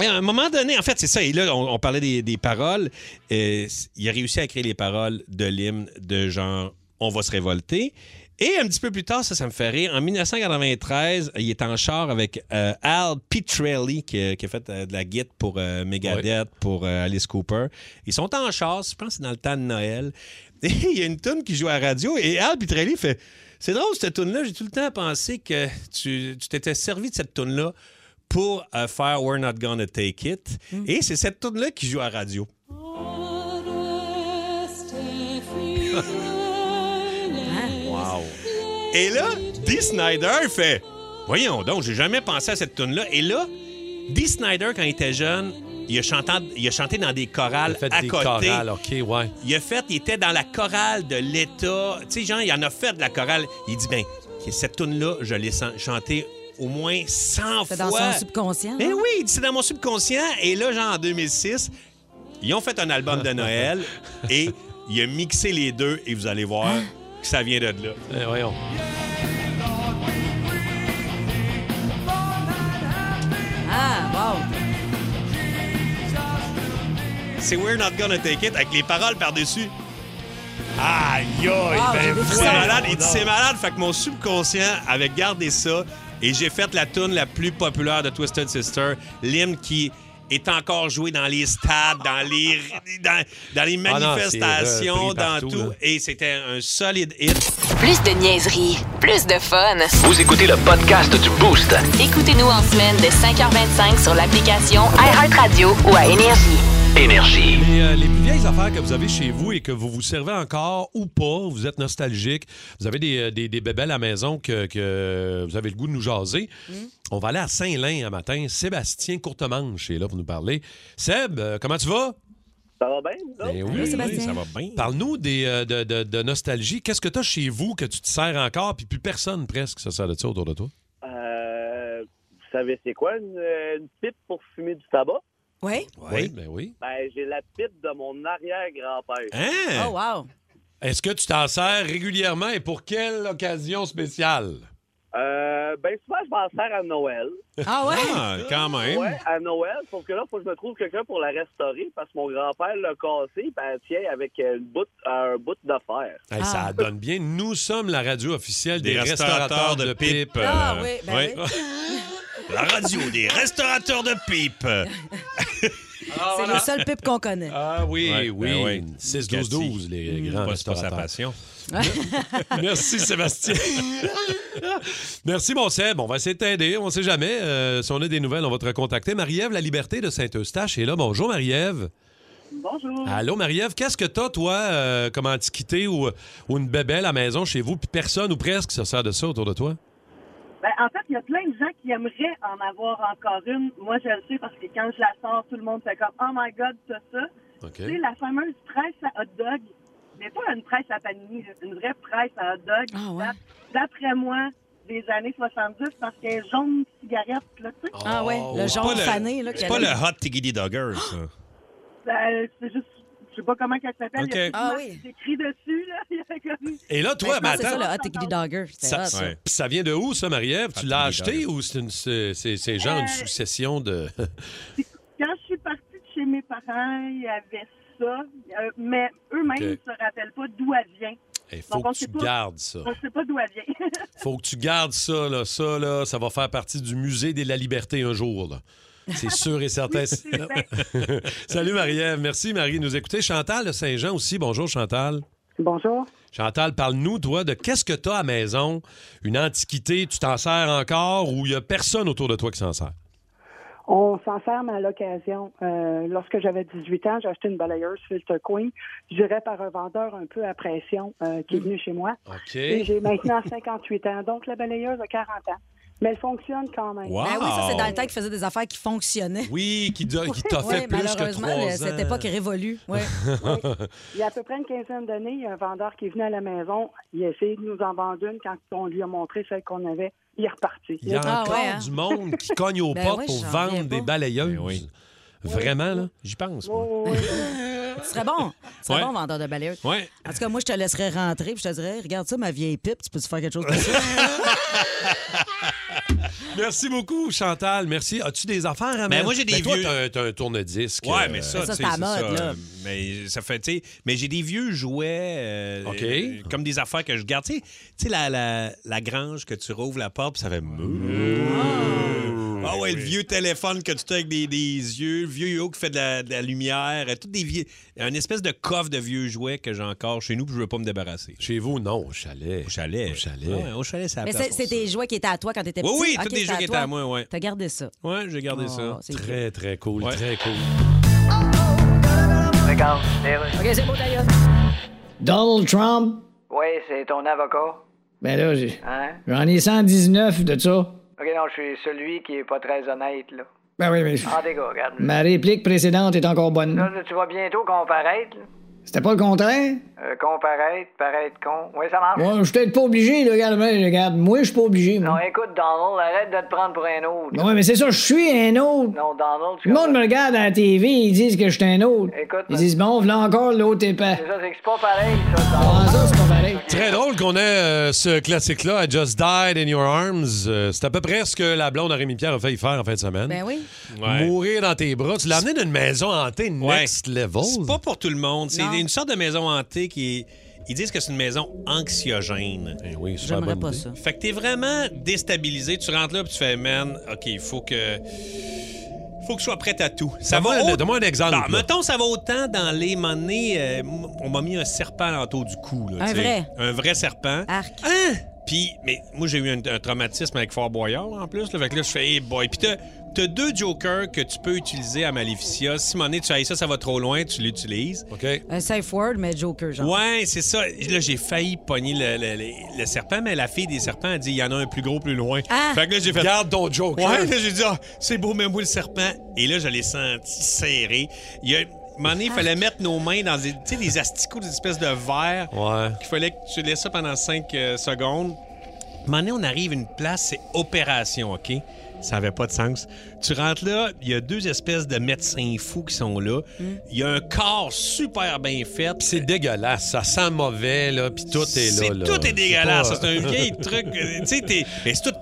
Speaker 5: et à un moment donné, en fait, c'est ça. Et là, on, on parlait des, des paroles. Euh, il a réussi à créer les paroles de l'hymne de genre On va se révolter. Et un petit peu plus tard, ça, ça me fait rire. En 1993, il est en char avec euh, Al Pitrelli, qui, a- qui a fait euh, de la guide pour euh, Megadeth, pour euh, Alice Cooper. Ils sont en char, je pense que c'est dans le temps de Noël. Et il y a une tune qui joue à la radio et Al Pitrelli fait C'est drôle cette tune-là, j'ai tout le temps pensé que tu tu t'étais servi de cette tune-là pour euh, faire We're Not Gonna Take It.
Speaker 4: Mm.
Speaker 5: Et c'est cette tune-là qui joue à la radio. Wow. Et là, Dee Snyder fait Voyons donc, j'ai jamais pensé à cette tune là Et là, Dee Snyder, quand il était jeune, il a chanté, il a chanté dans des chorales
Speaker 3: fait
Speaker 5: à
Speaker 3: des
Speaker 5: côté.
Speaker 3: chorales, OK, ouais.
Speaker 5: Il a fait, il était dans la chorale de l'État. Tu sais, genre, il en a fait de la chorale. Il dit, ben, cette tune-là, je l'ai san- chantée au moins 100 fois.
Speaker 4: C'est dans son subconscient.
Speaker 5: Mais
Speaker 4: là.
Speaker 5: Ben oui, il dit, c'est dans mon subconscient. Et là, genre, en 2006, ils ont fait un album de Noël et il a mixé les deux et vous allez voir que ça vient de là.
Speaker 3: voyons.
Speaker 4: Ah, wow.
Speaker 5: C'est We're Not Gonna Take It avec les paroles par-dessus. Aïe, aïe, ben,
Speaker 8: j'ai des
Speaker 5: c'est
Speaker 8: frissons.
Speaker 5: malade. Il dit,
Speaker 8: Non.
Speaker 5: c'est malade. Fait que mon subconscient avait gardé ça et j'ai fait la tune la plus populaire de Twisted Sister, l'hymne qui est encore joué dans les stades, dans les, dans, dans les
Speaker 3: Ah non, c'est
Speaker 5: manifestations,
Speaker 3: repris partout,
Speaker 5: dans tout.
Speaker 3: là.
Speaker 5: Et c'était un solide hit.
Speaker 1: Plus de niaiserie, plus de fun.
Speaker 5: Vous écoutez le podcast du Boost.
Speaker 1: Écoutez-nous en semaine de 5h25 sur l'application iHeartRadio ou à Énergie.
Speaker 3: Énergie. Mais euh, les plus vieilles affaires que vous avez chez vous et que vous vous servez encore ou pas, vous êtes nostalgique, vous avez des, euh, des, des bébés à la maison que, que vous avez le goût de nous jaser. On va aller à Saint-Lin un matin. Sébastien Courtemanche est là pour nous parler. Seb, euh, comment tu vas?
Speaker 13: Ça va bien? vous autres?
Speaker 3: Ben oui, ça va bien. Parle-nous des, euh, de, de- de nostalgie. Qu'est-ce que tu as chez vous que tu te sers encore, puis plus personne presque se sert de ça autour de toi?
Speaker 13: Euh, vous savez, c'est quoi une, euh, une pipe pour fumer du tabac?
Speaker 4: Oui.
Speaker 3: Oui, ben oui.
Speaker 13: Ben, j'ai la pipe de mon arrière-grand-père.
Speaker 3: Hein? Oh,
Speaker 4: wow!
Speaker 3: Est-ce que tu t'en sers régulièrement et pour quelle occasion spéciale?
Speaker 13: Euh, ben, souvent, je m'en sers à Noël.
Speaker 4: Ah
Speaker 3: ouais? Ah, quand même.
Speaker 13: Ouais, à Noël, sauf que là, faut que je me trouve quelqu'un pour la restaurer parce que mon grand-père l'a cassé, ben, elle tient avec une bout, un bout de fer.
Speaker 3: Hey, Ça donne bien. Nous sommes la radio officielle des,
Speaker 5: Des
Speaker 3: restaurateurs,
Speaker 5: restaurateurs
Speaker 3: de,
Speaker 5: de
Speaker 3: pipe.
Speaker 5: pipe. Ah, oui, ben oui. La radio des restaurateurs de pipe.
Speaker 4: C'est les seules pipes qu'on connaît.
Speaker 3: Ah oui,
Speaker 5: Ouais,
Speaker 3: oui.
Speaker 5: ben oui.
Speaker 3: 6-12-12, les
Speaker 5: Hmm.
Speaker 3: grands
Speaker 5: Pas- c'est pas sa
Speaker 3: restaurateurs.
Speaker 5: passion.
Speaker 3: Merci, Sébastien. Merci, mon Seb. On va essayer de t'aider. On ne sait jamais. Euh, si on a des nouvelles, on va te recontacter. Marie-Ève, la liberté de Saint-Eustache est là. Bonjour, Marie-Ève.
Speaker 13: Bonjour.
Speaker 3: Allô, Marie-Ève. Qu'est-ce que t'as, toi, euh, comme antiquité ou, ou une bébelle à la maison chez vous, puis personne ou presque se sert de ça autour de toi?
Speaker 14: Ben, en fait, il y a plein de gens qui aimeraient en avoir encore une. Moi, je le sais parce que quand je la sors, tout le monde fait comme Oh my God, t'as ça.
Speaker 3: OK.
Speaker 14: Tu sais, la fameuse presse à hot dog, mais pas une presse à panini, une vraie presse à hot dog.
Speaker 4: Ah,
Speaker 14: D'a- D'après moi, des années 70 parce qu'elle est jaune cigarette, là, tu sais.
Speaker 4: Ah ouais, le
Speaker 5: Oh, C'est
Speaker 4: jaune
Speaker 5: pas le-
Speaker 4: fané. Là,
Speaker 5: C'est
Speaker 4: qu'elle
Speaker 5: pas le
Speaker 4: a.
Speaker 5: hot tiggity dogger, ça.
Speaker 14: Ben, c'est juste, je sais pas comment qu'elle s'appelle.
Speaker 5: Ok.
Speaker 14: Il y a tout
Speaker 4: Ah
Speaker 14: le
Speaker 4: oui.
Speaker 14: monde qui écrit dessus, là. Il y a comme-
Speaker 3: Et là, toi,
Speaker 4: Ben, je pense
Speaker 3: ben,
Speaker 4: que C'est
Speaker 3: attends.
Speaker 4: ça, le hot tickety dogger. C'était
Speaker 3: Ça,
Speaker 4: ben hot, ça.
Speaker 3: Puis ça vient de où, ça, Marie-Ève? Tu l'as acheté ou c'est une- c'est c'est- c'est genre une
Speaker 14: Euh,
Speaker 3: succession de.
Speaker 14: Quand je suis partie de chez mes parents, il y avait ça, euh, mais eux-mêmes ne
Speaker 3: Ok.
Speaker 14: se rappellent pas d'où elle vient.
Speaker 3: Il faut
Speaker 14: Donc, on
Speaker 3: que tu
Speaker 14: sait pas-
Speaker 3: gardes ça.
Speaker 14: On ne sait pas d'où elle vient.
Speaker 3: faut que tu gardes ça, là. Ça, là, ça va faire partie du musée de la liberté un jour, là. C'est sûr et certain.
Speaker 14: Oui, c'est vrai.
Speaker 3: Salut Marie-Ève. Merci Marie de nous écouter. Chantal de Saint-Jean aussi. Bonjour Chantal.
Speaker 15: Bonjour.
Speaker 3: Chantal, parle-nous, toi, de qu'est-ce que tu as à maison? Une antiquité, tu t'en sers encore ou il n'y a personne autour de toi qui s'en sert?
Speaker 15: On s'en sert, mais à l'occasion. Euh, lorsque j'avais 18 ans, j'ai acheté une balayeuse Filter Queen, je dirais par un vendeur un peu à pression euh,
Speaker 4: Mm.
Speaker 15: qui est venu chez moi.
Speaker 3: OK.
Speaker 15: Et j'ai maintenant 58 ans, donc la balayeuse a 40 ans. Mais elle fonctionne quand même.
Speaker 3: Wow.
Speaker 4: Ben oui, ça, c'est dans le temps qu'ils faisaient des affaires qui fonctionnaient.
Speaker 3: Oui, qui, do- qui t'a
Speaker 4: Ouais,
Speaker 3: fait plus que
Speaker 4: malheureusement,
Speaker 3: trois
Speaker 4: le-
Speaker 3: ans.
Speaker 4: cette époque est révolue. Ouais.
Speaker 15: Il y a à peu près une quinzaine d'années, il y a un vendeur qui est venu à la maison, il a essayé de nous en vendre une. Quand on lui a montré celle qu'on avait, il est reparti.
Speaker 3: Il y a
Speaker 15: Ah,
Speaker 3: encore
Speaker 15: ouais, hein?
Speaker 3: du monde qui cogne aux
Speaker 15: Ben
Speaker 3: portes
Speaker 15: oui,
Speaker 3: pour
Speaker 15: j'en
Speaker 3: vendre
Speaker 15: reviens
Speaker 3: des balayeuses.
Speaker 5: Ben
Speaker 3: Vraiment, là? J'y pense.
Speaker 4: Ce serait bon. Ce serait
Speaker 3: Ouais.
Speaker 4: bon, vendeur de balayeur.
Speaker 3: Ouais.
Speaker 4: En tout cas, moi, je te laisserais rentrer puis je te dirais, regarde ça, ma vieille pipe, tu peux te faire quelque chose de ça?
Speaker 3: Merci beaucoup, Chantal. Merci. As-tu des affaires à
Speaker 5: Ben,
Speaker 3: mettre?
Speaker 5: moi, j'ai des
Speaker 3: Ben, toi,
Speaker 5: vieux-
Speaker 3: t'as un- t'as un, tourne-disque.
Speaker 5: Ouais,
Speaker 3: euh,
Speaker 5: mais ça,
Speaker 3: euh,
Speaker 5: tu sais, c'est ça. Mais ça fait, tu sais, mais j'ai des vieux jouets, euh, euh, comme des affaires que je garde. Tu sais- tu sais, la, la, la grange que tu rouvres la porte, puis ça fait. meuh. Ah ouais, le vieux téléphone que tu as avec des, des yeux, le vieux yo qui fait de la, de la lumière, euh, toutes des vieux. Un espèce de coffre de vieux jouets que j'ai encore chez nous, puis je veux pas me débarrasser.
Speaker 3: Chez vous, non, au chalet. Au
Speaker 5: chalet. Au
Speaker 3: chalet.
Speaker 5: au chalet, ça
Speaker 4: Mais c'est c'est des jouets qui étaient à toi quand t'étais
Speaker 5: Oui,
Speaker 4: petit.
Speaker 5: oui,
Speaker 4: Ok,
Speaker 5: tous des
Speaker 4: c'est
Speaker 5: jouets qui étaient
Speaker 4: toi. Oh,
Speaker 5: à moi, ouais.
Speaker 4: T'as gardé ça.
Speaker 5: Ouais, j'ai gardé ça.
Speaker 3: Très, très cool, très cool.
Speaker 9: Regarde, OK, c'est bon, d'ailleurs.
Speaker 6: Donald Trump,
Speaker 9: Oui, c'est ton avocat.
Speaker 6: ben là, j'ai-
Speaker 9: Hein?
Speaker 6: j'en ai 119 de ça.
Speaker 9: OK, non, je suis celui qui est pas très honnête, là.
Speaker 6: Ben oui, mais.
Speaker 9: Ah, des gars, regarde.
Speaker 6: Ma réplique précédente est encore bonne.
Speaker 9: Là, là, tu vas bientôt comparaître. là.
Speaker 6: C'était pas le contraire?
Speaker 9: Euh, comparaître, paraître con. Oui, ça marche.
Speaker 6: Moi, je suis peut-être pas obligé, là, regarde, mais, regarde. Moi, je suis pas obligé, moi.
Speaker 9: Non, écoute, Donald, arrête de te prendre pour un autre.
Speaker 6: Ben ouais, mais c'est ça, je suis un autre.
Speaker 9: Non, Donald, tu
Speaker 6: Le monde me regarde à la TV, ils disent que je suis un autre. ils disent, bon, voilà encore l'autre épais. Ah,
Speaker 9: C'est ça, c'est que c'est pas pareil, ça.
Speaker 3: Très drôle qu'on ait euh, ce classique-là, I Just Died in Your Arms. Euh, c'est à peu près ce que la blonde à Rémi Pierre a failli faire en fin de semaine.
Speaker 4: Ben oui.
Speaker 3: Mourir dans tes bras. Tu l'as amené d'une maison hantée next level.
Speaker 5: C'est pas pour tout le monde. C'est
Speaker 3: Non.
Speaker 5: une sorte de maison hantée qui est- Ils disent que c'est une maison anxiogène.
Speaker 3: Ben oui, super J'aimerais bonne pas idée. ça.
Speaker 5: Fait que t'es vraiment déstabilisé. Tu rentres là puis tu fais, man, OK, il faut que. Faut que je sois prête à tout. Ça va. au-
Speaker 3: Donne-moi un exemple.
Speaker 5: Bah,
Speaker 3: là.
Speaker 5: mettons, ça va autant dans les manées. euh, m- on m'a mis un serpent autour du cou. là,
Speaker 4: Un
Speaker 5: tu sais.
Speaker 4: vrai.
Speaker 5: Un vrai serpent. Hein?
Speaker 4: Arc.
Speaker 5: Puis, mais moi, j'ai eu un, un traumatisme avec Fort Boyard en plus. Là, fait que là, je fais, hey boy. Puis, t'as, t'as deux jokers que tu peux utiliser à Maleficia. Si, monnaie, tu as ça, ça va trop loin, tu l'utilises. OK.
Speaker 4: Un safe word, mais Joker, genre.
Speaker 5: Ouais, c'est ça. Là, j'ai failli pogner le, le- le- le serpent, mais la fille des serpents a dit il y en a un plus gros, plus loin.
Speaker 4: Ah!
Speaker 5: Fait que là, j'ai fait.
Speaker 3: Garde ton joker.
Speaker 5: Ouais, là, j'ai dit ah, c'est beau, mais moi, le serpent. Et là, je l'ai senti serré. Il y a. un moment donné, il fallait mettre nos mains dans des, tu sais, des asticots, des espèces de verres.
Speaker 3: Ouais.
Speaker 5: Il fallait que tu laisses ça pendant 5 secondes. Un moment donné, on arrive à une place, c'est opération, OK? Ça n'avait pas de sens. Tu rentres là, il y a deux espèces de médecins fous qui sont là. Il y a un corps super bien fait.
Speaker 3: Hmm. C'est dégueulasse. Ça sent mauvais, là, puis tout est, là,
Speaker 5: C'est-
Speaker 3: là.
Speaker 5: Tout est dégueulasse.
Speaker 3: pas-
Speaker 5: ça, C'est un vieil truc. euh, Tu sais, t'es- mais c'est tout.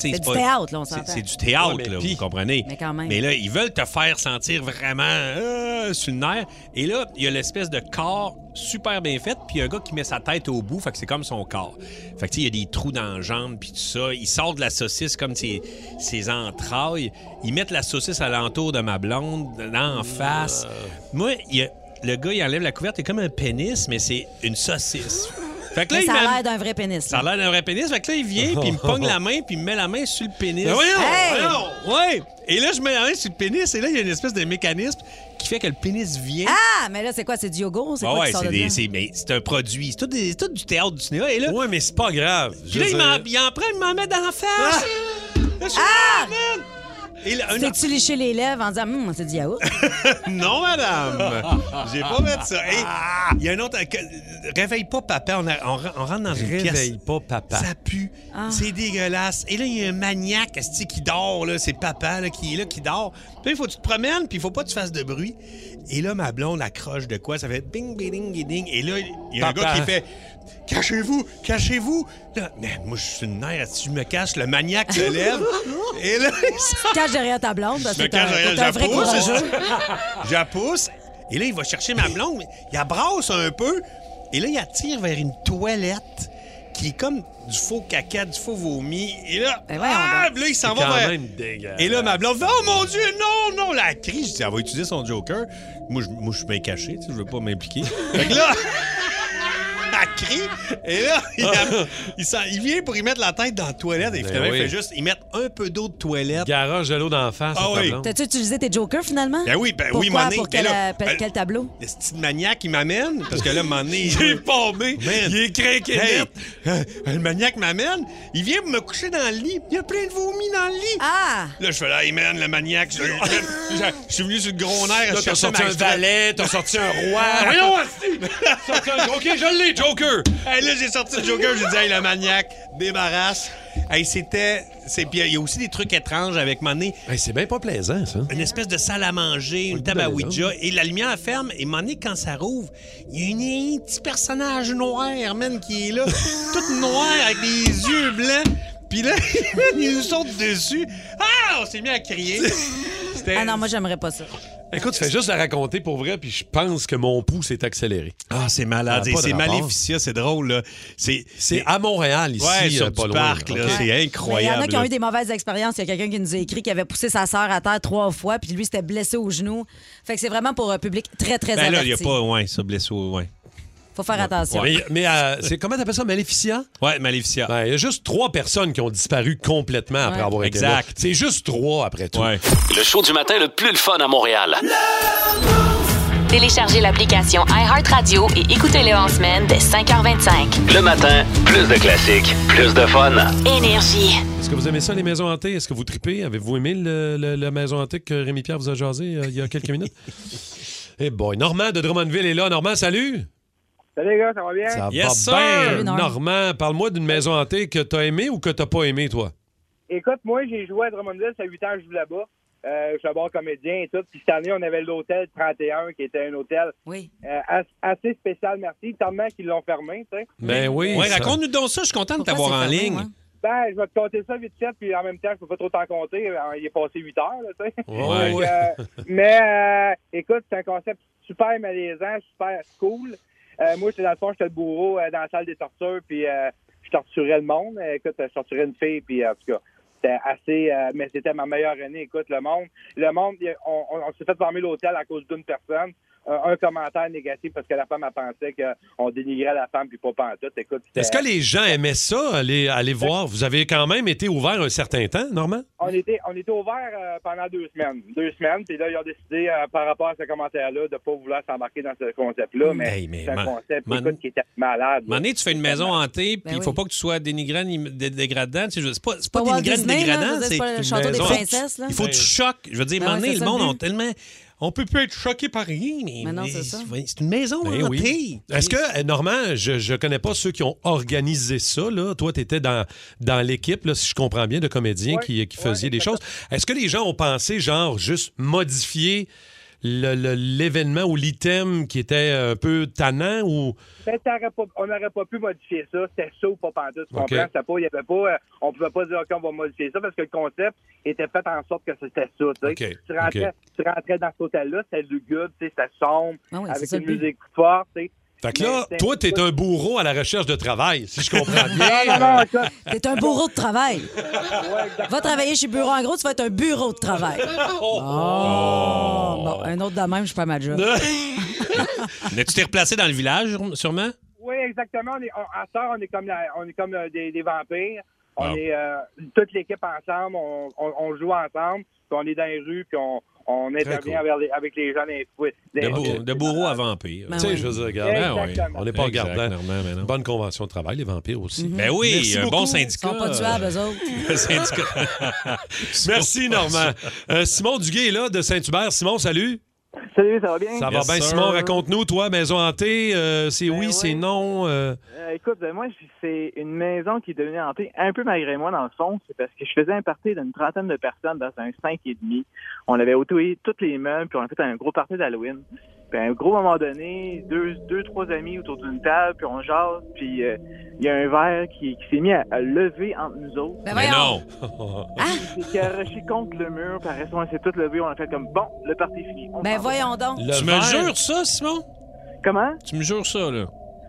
Speaker 5: C'est
Speaker 4: du
Speaker 5: pas-
Speaker 4: théâtre, là, on
Speaker 5: c'est-
Speaker 4: s'entend.
Speaker 5: C'est du théâtre,
Speaker 4: Ouais, mais
Speaker 5: là,
Speaker 4: puis-
Speaker 5: vous comprenez.
Speaker 4: Mais quand même.
Speaker 5: Mais là, ils veulent te faire sentir vraiment euh, sur le nerf. Et là, il y a l'espèce de corps super bien fait, puis il y a un gars qui met sa tête au bout, fait que c'est comme son corps. Fait que, tu sais, il y a des trous dans la jambe, puis tout ça. Il sort de la saucisse comme ses, ses entrailles. Ils mettent la saucisse alentour de ma blonde, en face. Moi, il y a- le gars, il enlève la couverte, c'est comme un pénis, mais c'est une saucisse. Fait que là,
Speaker 4: Mais
Speaker 5: il
Speaker 4: ça
Speaker 5: m'a-
Speaker 4: a l'air d'un vrai pénis.
Speaker 5: ça a l'air d'un vrai pénis. Fait que là, il vient, puis il me pogne la main, puis il me met la main sur le pénis.
Speaker 4: Ben voyons, Hey!
Speaker 5: voyons! Ouais! Et là, je mets la main sur le pénis, et là, il y a une espèce de mécanisme qui fait que le pénis vient.
Speaker 4: Ah, mais là, c'est quoi? C'est du yogourt? C'est
Speaker 5: Ah
Speaker 4: quoi
Speaker 5: ouais,
Speaker 4: qui sort
Speaker 5: c'est
Speaker 4: de
Speaker 5: des-
Speaker 4: là?
Speaker 5: c'est- mais c'est un produit. C'est tout, des- c'est tout du théâtre du cinéma. Et là, ouais,
Speaker 3: Ah, mais c'est pas grave.
Speaker 5: Puis là,
Speaker 4: Je
Speaker 5: il
Speaker 4: veux
Speaker 5: m'en-
Speaker 4: dire-
Speaker 5: il en prend, il m'en met dans la face.
Speaker 4: Ah!
Speaker 5: Là, je suis là, man! Et là, un-
Speaker 4: T'es-tu liché les lèvres en disant, hum, c'est du yaourt?
Speaker 5: non, madame! J'ai pas mettre ça. Hey, Il y a un autre. que- Réveille pas papa. On, a- on re- on rentre dans une pièce.
Speaker 3: Réveille pas papa.
Speaker 5: Ça pue. C'est dégueulasse. Et là, il y a un maniaque asti, qui dort. là. C'est papa là, qui est là, qui dort. Puis là, il faut que tu te promènes, puis il faut pas que tu fasses de bruit. Et là, ma blonde accroche de quoi? Ça fait ding, ding, ding, ding. Et là, il y a un
Speaker 3: Papa.
Speaker 5: gars qui fait Cachez-vous, cachez-vous. Là, man, moi, je suis une mère. Si je me cache, le maniaque se lève. Et là, il se
Speaker 4: Tu te caches derrière ta blonde parce
Speaker 5: je
Speaker 4: que
Speaker 5: me
Speaker 4: t'es un,
Speaker 5: cache derrière,
Speaker 4: t'es un
Speaker 5: je la
Speaker 4: vrai
Speaker 5: pousse.
Speaker 4: courageux.
Speaker 5: Je la pousse. Et là, il va chercher ma blonde. Il la brasse un peu. Et là, il attire vers une toilette qui est comme du faux caca, du faux vomi. Et là,
Speaker 4: Eh,
Speaker 5: ah, puis là, il s'en
Speaker 3: C'est
Speaker 5: va
Speaker 3: quand
Speaker 5: vers...
Speaker 3: même dégueulasse.
Speaker 5: Et là, ma blonde fait « Oh mon Dieu, non, non! » La crie, je dis « Elle va utiliser son joker. » Moi, je, moi, je suis bien caché, tu sais, je veux pas m'impliquer. fait que là... Elle crie, et là, il, a- il s'en- il vient pour y mettre la tête dans la toilette. Et
Speaker 3: Ben
Speaker 5: finalement,
Speaker 3: oui.
Speaker 5: il fait juste, ils mettent un peu d'eau de toilette.
Speaker 3: Garage de l'eau d'en face.
Speaker 5: Ah
Speaker 3: à ta
Speaker 5: oui.
Speaker 3: blonde.
Speaker 4: T'as-tu utilisé tes jokers finalement?
Speaker 5: Ben oui, ben
Speaker 4: Pourquoi?
Speaker 5: oui, mané.
Speaker 4: Pour
Speaker 5: Ben
Speaker 4: quel,
Speaker 5: là,
Speaker 4: euh, pe-
Speaker 5: ben-
Speaker 4: quel tableau?
Speaker 5: Le petit maniaque, il m'amène. Parce que là, mon nez.
Speaker 3: Il est pompé.
Speaker 5: Il est craqué. euh, le maniaque m'amène. Il vient me coucher dans le lit. Il y a plein de vomi dans le lit.
Speaker 4: Ah!
Speaker 5: Là, je fais là, hey man, le maniaque. Je, je- je- je suis venu sur le gros nerf.
Speaker 3: Là,
Speaker 5: je
Speaker 3: t'as
Speaker 5: cherchais
Speaker 3: sorti
Speaker 5: ma
Speaker 3: un
Speaker 5: strap.
Speaker 3: valet, t'as sorti un roi.
Speaker 5: Ah, voyons, hostie!
Speaker 3: Sorti un- OK, je l'ai, Joker.
Speaker 5: Hey, là, j'ai sorti le Joker, j'ai dit, hey, le maniaque, débarrasse. Hey, c'était. c'est- Puis il y a aussi des trucs étranges avec mon nez.
Speaker 3: c'est bien pas plaisant, ça.
Speaker 5: Une espèce de salle à manger, une table à Ouija, et la lumière ferme, et mon nez, quand ça rouvre, il y a une- un petit personnage noir, man, qui est là, tout noir, avec des yeux blancs, puis là, il nous saute dessus. Ah, on s'est mis à crier. C'était-
Speaker 4: Ah non, moi, j'aimerais pas ça.
Speaker 3: Écoute, tu fais juste la raconter pour vrai, puis je pense que mon pouls s'est accéléré.
Speaker 5: Ah, c'est malade. Et c'est Maleficia, c'est drôle. là. C'est ah,
Speaker 3: C'est à Montréal, ici,
Speaker 5: Ouais, sur
Speaker 3: euh, pas
Speaker 5: du
Speaker 3: loin.
Speaker 5: parc, là,
Speaker 3: OK.
Speaker 5: c'est
Speaker 4: Mais il y en
Speaker 5: incroyable.
Speaker 4: a qui ont
Speaker 5: là.
Speaker 4: eu des mauvaises expériences. Il y a quelqu'un qui nous a écrit qui avait poussé sa sœur à terre trois fois, puis lui, c'était blessé au genou. Fait que c'est vraiment pour un public très, très
Speaker 5: Ben là, il
Speaker 4: averti.
Speaker 5: n'y a pas, ouais, ça blessé, au- ouais.
Speaker 4: Faut faire attention.
Speaker 3: Ouais, Mais, mais, euh, c'est comment t'appelles ça, Maleficia? Ben,
Speaker 5: Ouais, Maleficia.
Speaker 3: Il y a juste trois personnes qui ont disparu complètement après
Speaker 4: Ouais.
Speaker 3: avoir été là.
Speaker 5: Exact.
Speaker 3: C'est juste trois après tout.
Speaker 16: Le show du matin le plus le fun à Montréal.
Speaker 1: Téléchargez l'application iHeartRadio et écoutez-le en semaine dès 5h25.
Speaker 16: Le matin, plus de classiques, plus de fun.
Speaker 1: Énergie.
Speaker 3: Est-ce que vous aimez ça, les maisons hantées? Est-ce que vous tripez? Avez-vous aimé le- le- la maison hantée que Rémi-Pierre vous a jasé euh, il y a quelques minutes? Eh boy, Normand de Drummondville est là. Normand, salut!
Speaker 17: Salut les gars, ça va bien?
Speaker 3: Ça va bien! Normand, parle-moi d'une maison hantée que t'as aimée ou que t'as pas aimée, toi?
Speaker 17: Écoute, moi, j'ai joué à Drummondville, ça fait 8 ans que je joue là-bas. Euh, je suis d'abord comédien et tout. Puis cette année, on avait l'hôtel 31, qui était un hôtel euh, as- assez spécial, merci. Tellement qu'ils l'ont fermé, tu sais.
Speaker 3: Ben oui.
Speaker 5: Ouais,
Speaker 3: ça-
Speaker 5: raconte-nous donc ça, je suis content de t'avoir en ligne.
Speaker 17: Ben, je vais te compter ça vite fait, puis en même temps, je peux pas trop t'en compter. Euh, Il est passé 8 heures, là, tu sais.
Speaker 5: Ouais.
Speaker 17: Donc, euh, mais euh, écoute, c'est un concept super malaisant, super cool. Euh, moi, j'étais dans le fond, j'étais le bourreau euh, dans la salle des tortures, puis euh, je torturais le monde. Euh, Écoute, je torturais une fille, puis euh, en tout cas, c'était assez... euh, mais c'était ma meilleure année, écoute, le monde. Le monde, il- on, on- on s'est fait fermer l'hôtel à cause d'une personne. Euh, un commentaire négatif parce que la femme, elle pensait qu'on dénigrait la femme, puis pas pantoute. Écoute,
Speaker 3: Est-ce
Speaker 17: c'était-
Speaker 3: que les gens aimaient ça, aller, aller voir? Vous avez quand même été ouvert un certain temps, Normand?
Speaker 17: On était, on était ouvert euh, pendant deux semaines. Deux semaines, puis là, ils ont décidé, euh, par rapport à ce commentaire-là, de ne pas vouloir s'embarquer dans ce concept-là. Mais,
Speaker 5: Hey, mais
Speaker 17: c'est un
Speaker 5: man-
Speaker 17: concept
Speaker 5: man-
Speaker 17: écoute, qui était malade.
Speaker 5: un moment donné, tu fais une maison hantée, puis
Speaker 17: Ben
Speaker 5: il faut
Speaker 17: oui.
Speaker 5: pas que tu sois dénigrant ni dé- dégradant. Tu sais, je- C'est pas, c'est pas,
Speaker 17: Pas Walt
Speaker 5: dénigrant ni
Speaker 17: Disney, là, je
Speaker 5: dégradant.
Speaker 17: veux dire, c'est pas le
Speaker 5: une
Speaker 17: château des
Speaker 5: maison.
Speaker 17: princesses, là.
Speaker 5: Il faut que tu
Speaker 17: Ben-
Speaker 5: choques. Je veux dire,
Speaker 17: Ben
Speaker 5: un moment
Speaker 17: ouais,
Speaker 5: donné,
Speaker 17: c'est
Speaker 5: le
Speaker 17: ça,
Speaker 5: monde,
Speaker 17: le
Speaker 5: on
Speaker 17: but.
Speaker 5: tellement. On peut plus être choqué par rien, mais.
Speaker 17: Ben non,
Speaker 5: mais
Speaker 17: c'est ça.
Speaker 5: C'est une maison
Speaker 3: Ben
Speaker 5: hantée.
Speaker 3: oui. Est-ce que, euh, Normand, je ne connais pas ceux qui ont organisé ça. Là. Toi, tu étais dans, dans l'équipe, là, si je comprends bien, de comédiens qui, qui faisaient des choses. Est-ce que les gens ont pensé, genre, juste modifier le- le- l'événement ou l'item qui était un peu tannant ou.
Speaker 17: Ben, t'aurais pas- on n'aurait pas pu modifier ça. C'était ça ou pas pantoute, tu
Speaker 3: OK.
Speaker 17: comprends? C'était pas, il y avait pas, euh, on pouvait pas dire, OK, on va modifier ça parce que le concept était fait en sorte que c'était ça, Ben, tu sais.
Speaker 3: OK,
Speaker 17: Tu, rentrais,
Speaker 3: OK.
Speaker 17: tu rentrais dans cet hôtel-là, c'était lugubre, tu sais, c'était sombre,
Speaker 4: Ben
Speaker 3: Ah oui, c'est
Speaker 17: avec
Speaker 3: ça,
Speaker 17: une
Speaker 3: le but.
Speaker 17: musique forte, tu sais.
Speaker 3: Fait que là,
Speaker 17: Mais c'était-
Speaker 3: toi, tu es un bourreau à la recherche de travail, si je comprends
Speaker 4: Non,
Speaker 3: bien.
Speaker 4: non, non,
Speaker 17: écoute.
Speaker 4: T'es un bourreau de travail. Va travailler chez Bureau. En gros, tu vas être un bureau de travail. Oh! Bon, un autre de même, je suis pas ma job.
Speaker 5: Mais tu t'es replacé dans le village, sûrement?
Speaker 17: Oui, exactement. On est, on, à ça, on est comme, la- on est comme euh, des, des vampires. On
Speaker 5: Wow.
Speaker 17: est euh, toute l'équipe ensemble, on, on- on joue ensemble, puis on est dans les rues, puis on, on
Speaker 5: Très
Speaker 17: intervient
Speaker 5: cool.
Speaker 17: avec, les, avec les gens des fouets.
Speaker 5: De, bourreau- de bourreau à vampire.
Speaker 17: Ben
Speaker 5: tu sais,
Speaker 17: oui.
Speaker 5: je veux dire, regarde.
Speaker 17: Ben, Exactement.
Speaker 5: ben oui,
Speaker 3: On n'est pas
Speaker 5: Exact,
Speaker 3: regardant.
Speaker 5: Normand, ben non.
Speaker 3: Bonne convention de travail, les vampires aussi.
Speaker 17: Mm-hmm.
Speaker 5: Ben oui,
Speaker 3: Merci
Speaker 5: un
Speaker 3: beaucoup.
Speaker 5: bon syndicat. euh,
Speaker 4: Ils sont pas tuables, eux autres.
Speaker 5: Le syndicat.
Speaker 3: Merci, Normand. Euh, Simon Duguay est là, de Saint-Hubert. Simon, salut.
Speaker 18: Salut, ça va bien?
Speaker 3: Ça va bien, Simon? Raconte-nous, toi, maison hantée, euh, c'est oui, c'est non. euh,
Speaker 18: Euh, écoute, ben, moi, j- c'est une maison qui est devenue hantée un peu malgré moi, dans le fond. C'est parce que je faisais un party d'une trentaine de personnes dans un 5 et demi. On avait autoé toutes les meubles, puis on a fait un gros party d'Halloween. Puis à un gros moment donné, deux, deux trois amis autour d'une table, puis on jase, puis euh, il y a un verre qui, qui s'est mis à, à lever entre nous
Speaker 4: Ben
Speaker 18: autres.
Speaker 5: Mais non!
Speaker 18: Il s'est arraché contre le mur, par raison, on s'est tout levé, on a fait comme, bon, le party est fini. On
Speaker 4: Ben
Speaker 18: s'en va.
Speaker 4: voyons donc.
Speaker 5: tu me jures ça, Simon?
Speaker 18: Comment?
Speaker 5: Tu me jures ça, là?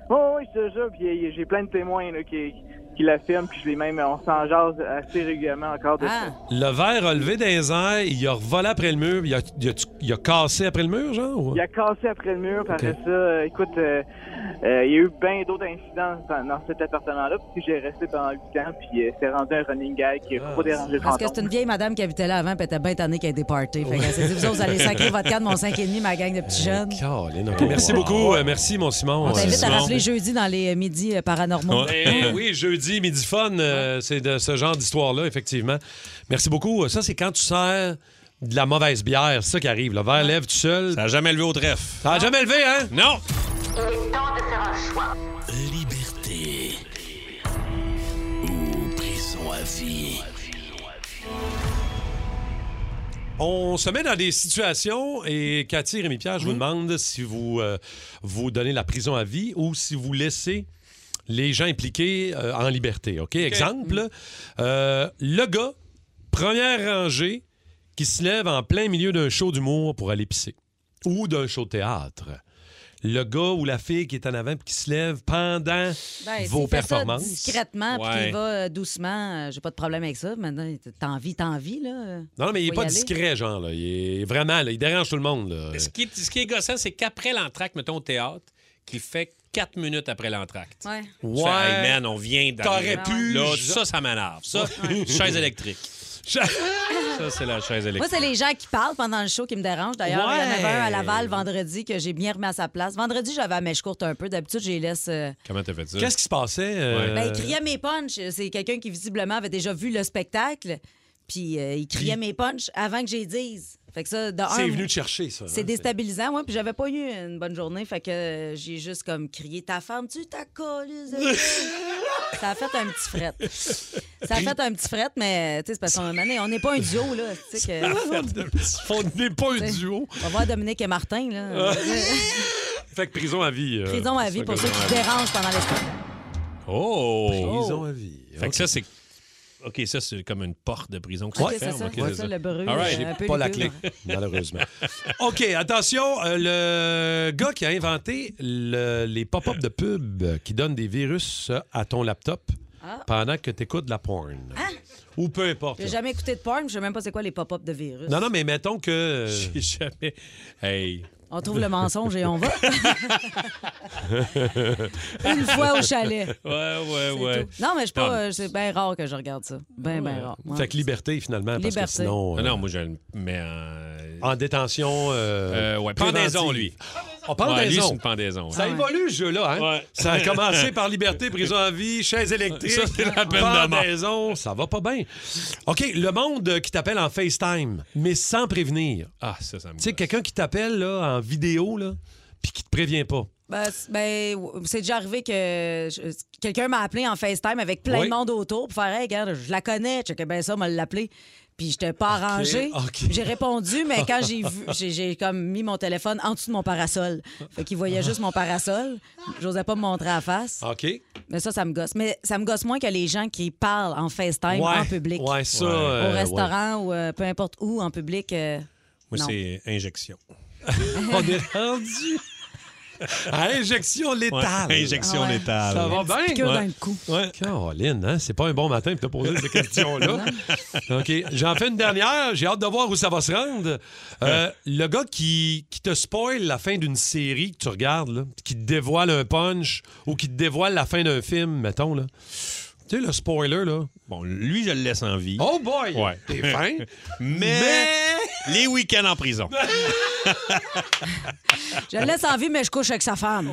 Speaker 18: Oh, oui, je te jure, puis y- y- j'ai plein de témoins là, qui, qui l'affirment, puis je les même, on s'en jase assez régulièrement encore de
Speaker 4: Ah.
Speaker 18: ça.
Speaker 3: Le verre a levé des airs, il a revolé après le mur, il a, il a- il a cassé après le mur, genre? ou-
Speaker 18: Il a cassé après le mur, par ça, euh, écoute, euh, euh, il y a eu bien d'autres incidents dans, dans cet appartement-là, puis j'ai resté pendant 8 ans, puis euh, c'est rendu un running gag qui a trop dérangé le
Speaker 4: Ah. Parce que c'est
Speaker 18: fantôme.
Speaker 4: une vieille madame qui habitait là avant, puis elle était bien tannée qu'elle ait des parties. Fait qu'elle s'est dit, vous autres, vous allez sacrer votre cadre, mon 5,5, ma gang de petits jeunes.
Speaker 3: Caroline, ok. Merci beaucoup. euh, Merci, mon Simon.
Speaker 4: On t'invite à
Speaker 3: Simon.
Speaker 4: rappeler jeudi dans les euh, midis euh, paranormaux.
Speaker 3: Ben oui, jeudi, midi fun, euh, c'est de ce genre d'histoire-là, effectivement. Merci beaucoup. Ça, c'est quand tu sers de la mauvaise bière, c'est ça qui arrive. Le verre lève tout seul. Ça
Speaker 5: n'a jamais levé au trèfle.
Speaker 3: Ça n'a jamais levé, hein?
Speaker 5: Non!
Speaker 8: Il est temps de faire un choix.
Speaker 16: Liberté ou prison à vie.
Speaker 3: On se met dans des situations et Cathy, Rémi Pierre, je
Speaker 4: Mhm.
Speaker 3: vous demande si vous euh, vous donnez la prison à vie ou si vous laissez les gens impliqués euh, en liberté. OK? Exemple,
Speaker 4: Mhm.
Speaker 3: euh, le gars, première rangée, qui se lève en plein milieu d'un show d'humour pour aller pisser ou d'un show de théâtre. Le gars ou la fille qui est en avant puis qui se lève pendant
Speaker 4: Ben,
Speaker 3: vos
Speaker 4: s'il fait ça
Speaker 3: performances.
Speaker 4: discrètement, puis
Speaker 3: Ouais.
Speaker 4: qu'il va euh, doucement, euh, j'ai pas de problème avec ça. Maintenant, t'as envie, t'as envie, là. euh,
Speaker 3: Non, non, mais il n'est
Speaker 4: faut y
Speaker 3: pas
Speaker 4: aller.
Speaker 3: discret, genre. Là. Il est vraiment, là, il dérange tout le monde. là.
Speaker 5: Ce qui, est- ce qui est gossant, c'est qu'après l'entracte, mettons au théâtre, qu'il fait quatre minutes après l'entracte.
Speaker 4: Ouais.
Speaker 5: Tu
Speaker 3: Ouais.
Speaker 5: fais, hey man, on vient d'arriver.
Speaker 3: T'aurais pu,
Speaker 5: Là,
Speaker 3: je-
Speaker 5: ça, ça m'énerve. Ça, chaise électrique. Ça, c'est la chaise
Speaker 4: Moi,
Speaker 5: électrique.
Speaker 4: c'est les gens qui parlent pendant le show qui me dérangent. D'ailleurs, il y en
Speaker 5: Ouais.
Speaker 4: avait un à Laval vendredi que j'ai bien remis à sa place. Vendredi, j'avais la mèche courte un peu. D'habitude, je les laisse. euh,
Speaker 5: Comment t'as fait ça?
Speaker 3: Qu'est-ce qui se passait? euh,
Speaker 4: Ben, il criait mes punchs. C'est quelqu'un qui, visiblement, avait déjà vu le spectacle. Puis euh, il criait mes punchs avant que j'y dise. Fait que ça, de un,
Speaker 3: C'est venu te chercher, ça.
Speaker 4: C'est
Speaker 3: hein?
Speaker 4: déstabilisant, moi. Puis j'avais pas eu une bonne journée. Fait que euh, j'ai juste comme crié Ta femme, tu t'as collé. Ça a fait un petit fret. Ça a fait un petit fret, mais tu sais, c'est parce qu'on un moment donné, on n'est pas un duo, là. tu sais que-
Speaker 3: On n'est pas un duo.
Speaker 4: On va voir Dominique et Martin, là.
Speaker 3: Fait que prison à vie. euh,
Speaker 4: Prison à vie pour ceux
Speaker 3: ça,
Speaker 4: qui
Speaker 3: prison à vie.
Speaker 4: dérangent pendant les spectacles.
Speaker 5: Oh!
Speaker 3: Prison à vie.
Speaker 5: Fait que ça, c'est. OK, ça, c'est comme une porte de prison qui
Speaker 4: Ok,
Speaker 5: se
Speaker 4: c'est
Speaker 5: ferme.
Speaker 4: ça.
Speaker 5: OK,
Speaker 4: C'est ça, le bruit,
Speaker 5: All right.
Speaker 4: euh, un peu
Speaker 5: pas la clé,
Speaker 4: lugubre.
Speaker 5: malheureusement.
Speaker 3: OK, attention, euh, le gars qui a inventé le- les pop-up de pub qui donnent des virus à ton laptop
Speaker 4: Ah. Hein?
Speaker 3: pendant que tu écoutes de la porn. Ou peu importe.
Speaker 4: J'ai
Speaker 3: là.
Speaker 4: jamais écouté de porn, je sais même pas c'est quoi les pop-up de virus.
Speaker 3: Non, non, mais mettons que. J'ai jamais. Hey.
Speaker 4: On trouve le mensonge et on va. Une fois au chalet.
Speaker 3: Ouais, ouais, ouais.
Speaker 4: Non, mais je sais pas,
Speaker 3: Non.
Speaker 4: euh, c'est bien rare que je regarde ça. Bien, bien rare. ouais.
Speaker 3: Fait que liberté, finalement, parce que
Speaker 4: Liberté.
Speaker 3: sinon.
Speaker 5: Ah non,
Speaker 3: moi, je le mets en. détention. Euh,
Speaker 5: Euh, ouais,
Speaker 3: préventive. Ah,
Speaker 5: pendaison, lui.
Speaker 3: On
Speaker 5: Ouais, lui,
Speaker 3: pendaison.
Speaker 5: c'est une pendaison.
Speaker 3: Ça
Speaker 5: Ah Ouais.
Speaker 3: évolue, ce jeu-là. Hein?
Speaker 5: Ouais.
Speaker 3: Ça a commencé par liberté, prison à vie, chaise électrique.
Speaker 5: Ça, c'est la peine de mort.
Speaker 3: pendaison. Ça va pas bien. OK, le monde euh, qui t'appelle en FaceTime, mais sans prévenir.
Speaker 5: Ah, ça, ça me.
Speaker 3: Tu sais, quelqu'un qui t'appelle là, en vidéo, là, puis qui te prévient pas.
Speaker 4: Ben, c'est- ben, w- c'est déjà arrivé que je- quelqu'un m'a appelé en FaceTime avec plein
Speaker 3: Oui.
Speaker 4: de monde autour pour faire Hey, regarde, je la connais, check ben ça, m'a l'appelé. Puis j'étais pas arrangée.
Speaker 3: ok.
Speaker 4: J'ai répondu, mais quand j'ai vu, j'ai- j'ai comme mis mon téléphone en dessous de mon parasol. Fait qu'il voyait juste mon parasol. J'osais pas me montrer à la face.
Speaker 3: OK.
Speaker 4: Mais ça, ça me gosse. Mais ça me gosse moins que les gens qui parlent en FaceTime
Speaker 5: Ouais.
Speaker 4: en public.
Speaker 5: Ouais, ça, euh,
Speaker 4: Au restaurant ou euh, peu importe où, en public. euh,
Speaker 5: Moi,
Speaker 4: non.
Speaker 5: c'est injection.
Speaker 3: On est rendu à injection létale.
Speaker 5: Ouais, injection
Speaker 3: Ah ouais.
Speaker 5: létale.
Speaker 3: Ça va
Speaker 5: Une petite
Speaker 3: bien?
Speaker 5: piqûre dans le
Speaker 4: cou.
Speaker 3: Caroline, hein, c'est pas un bon matin de te poser ces questions-là. OK. J'en fais une dernière. J'ai hâte de voir où ça va se rendre. Euh, le gars qui, qui te spoil la fin d'une série que tu regardes, là, qui te dévoile un punch ou qui te dévoile la fin d'un film, mettons. Là. Tu sais, le spoiler, là.
Speaker 5: Bon, lui, je le laisse en vie.
Speaker 3: Oh boy!
Speaker 5: Ouais.
Speaker 3: T'es fin.
Speaker 5: Mais, les week-ends en prison.
Speaker 4: Je le laisse en vie, mais je couche avec sa femme.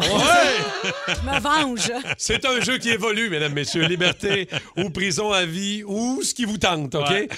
Speaker 4: je me venge.
Speaker 3: C'est un jeu qui évolue, mesdames, messieurs. Liberté ou prison à vie ou ce qui vous tente, OK?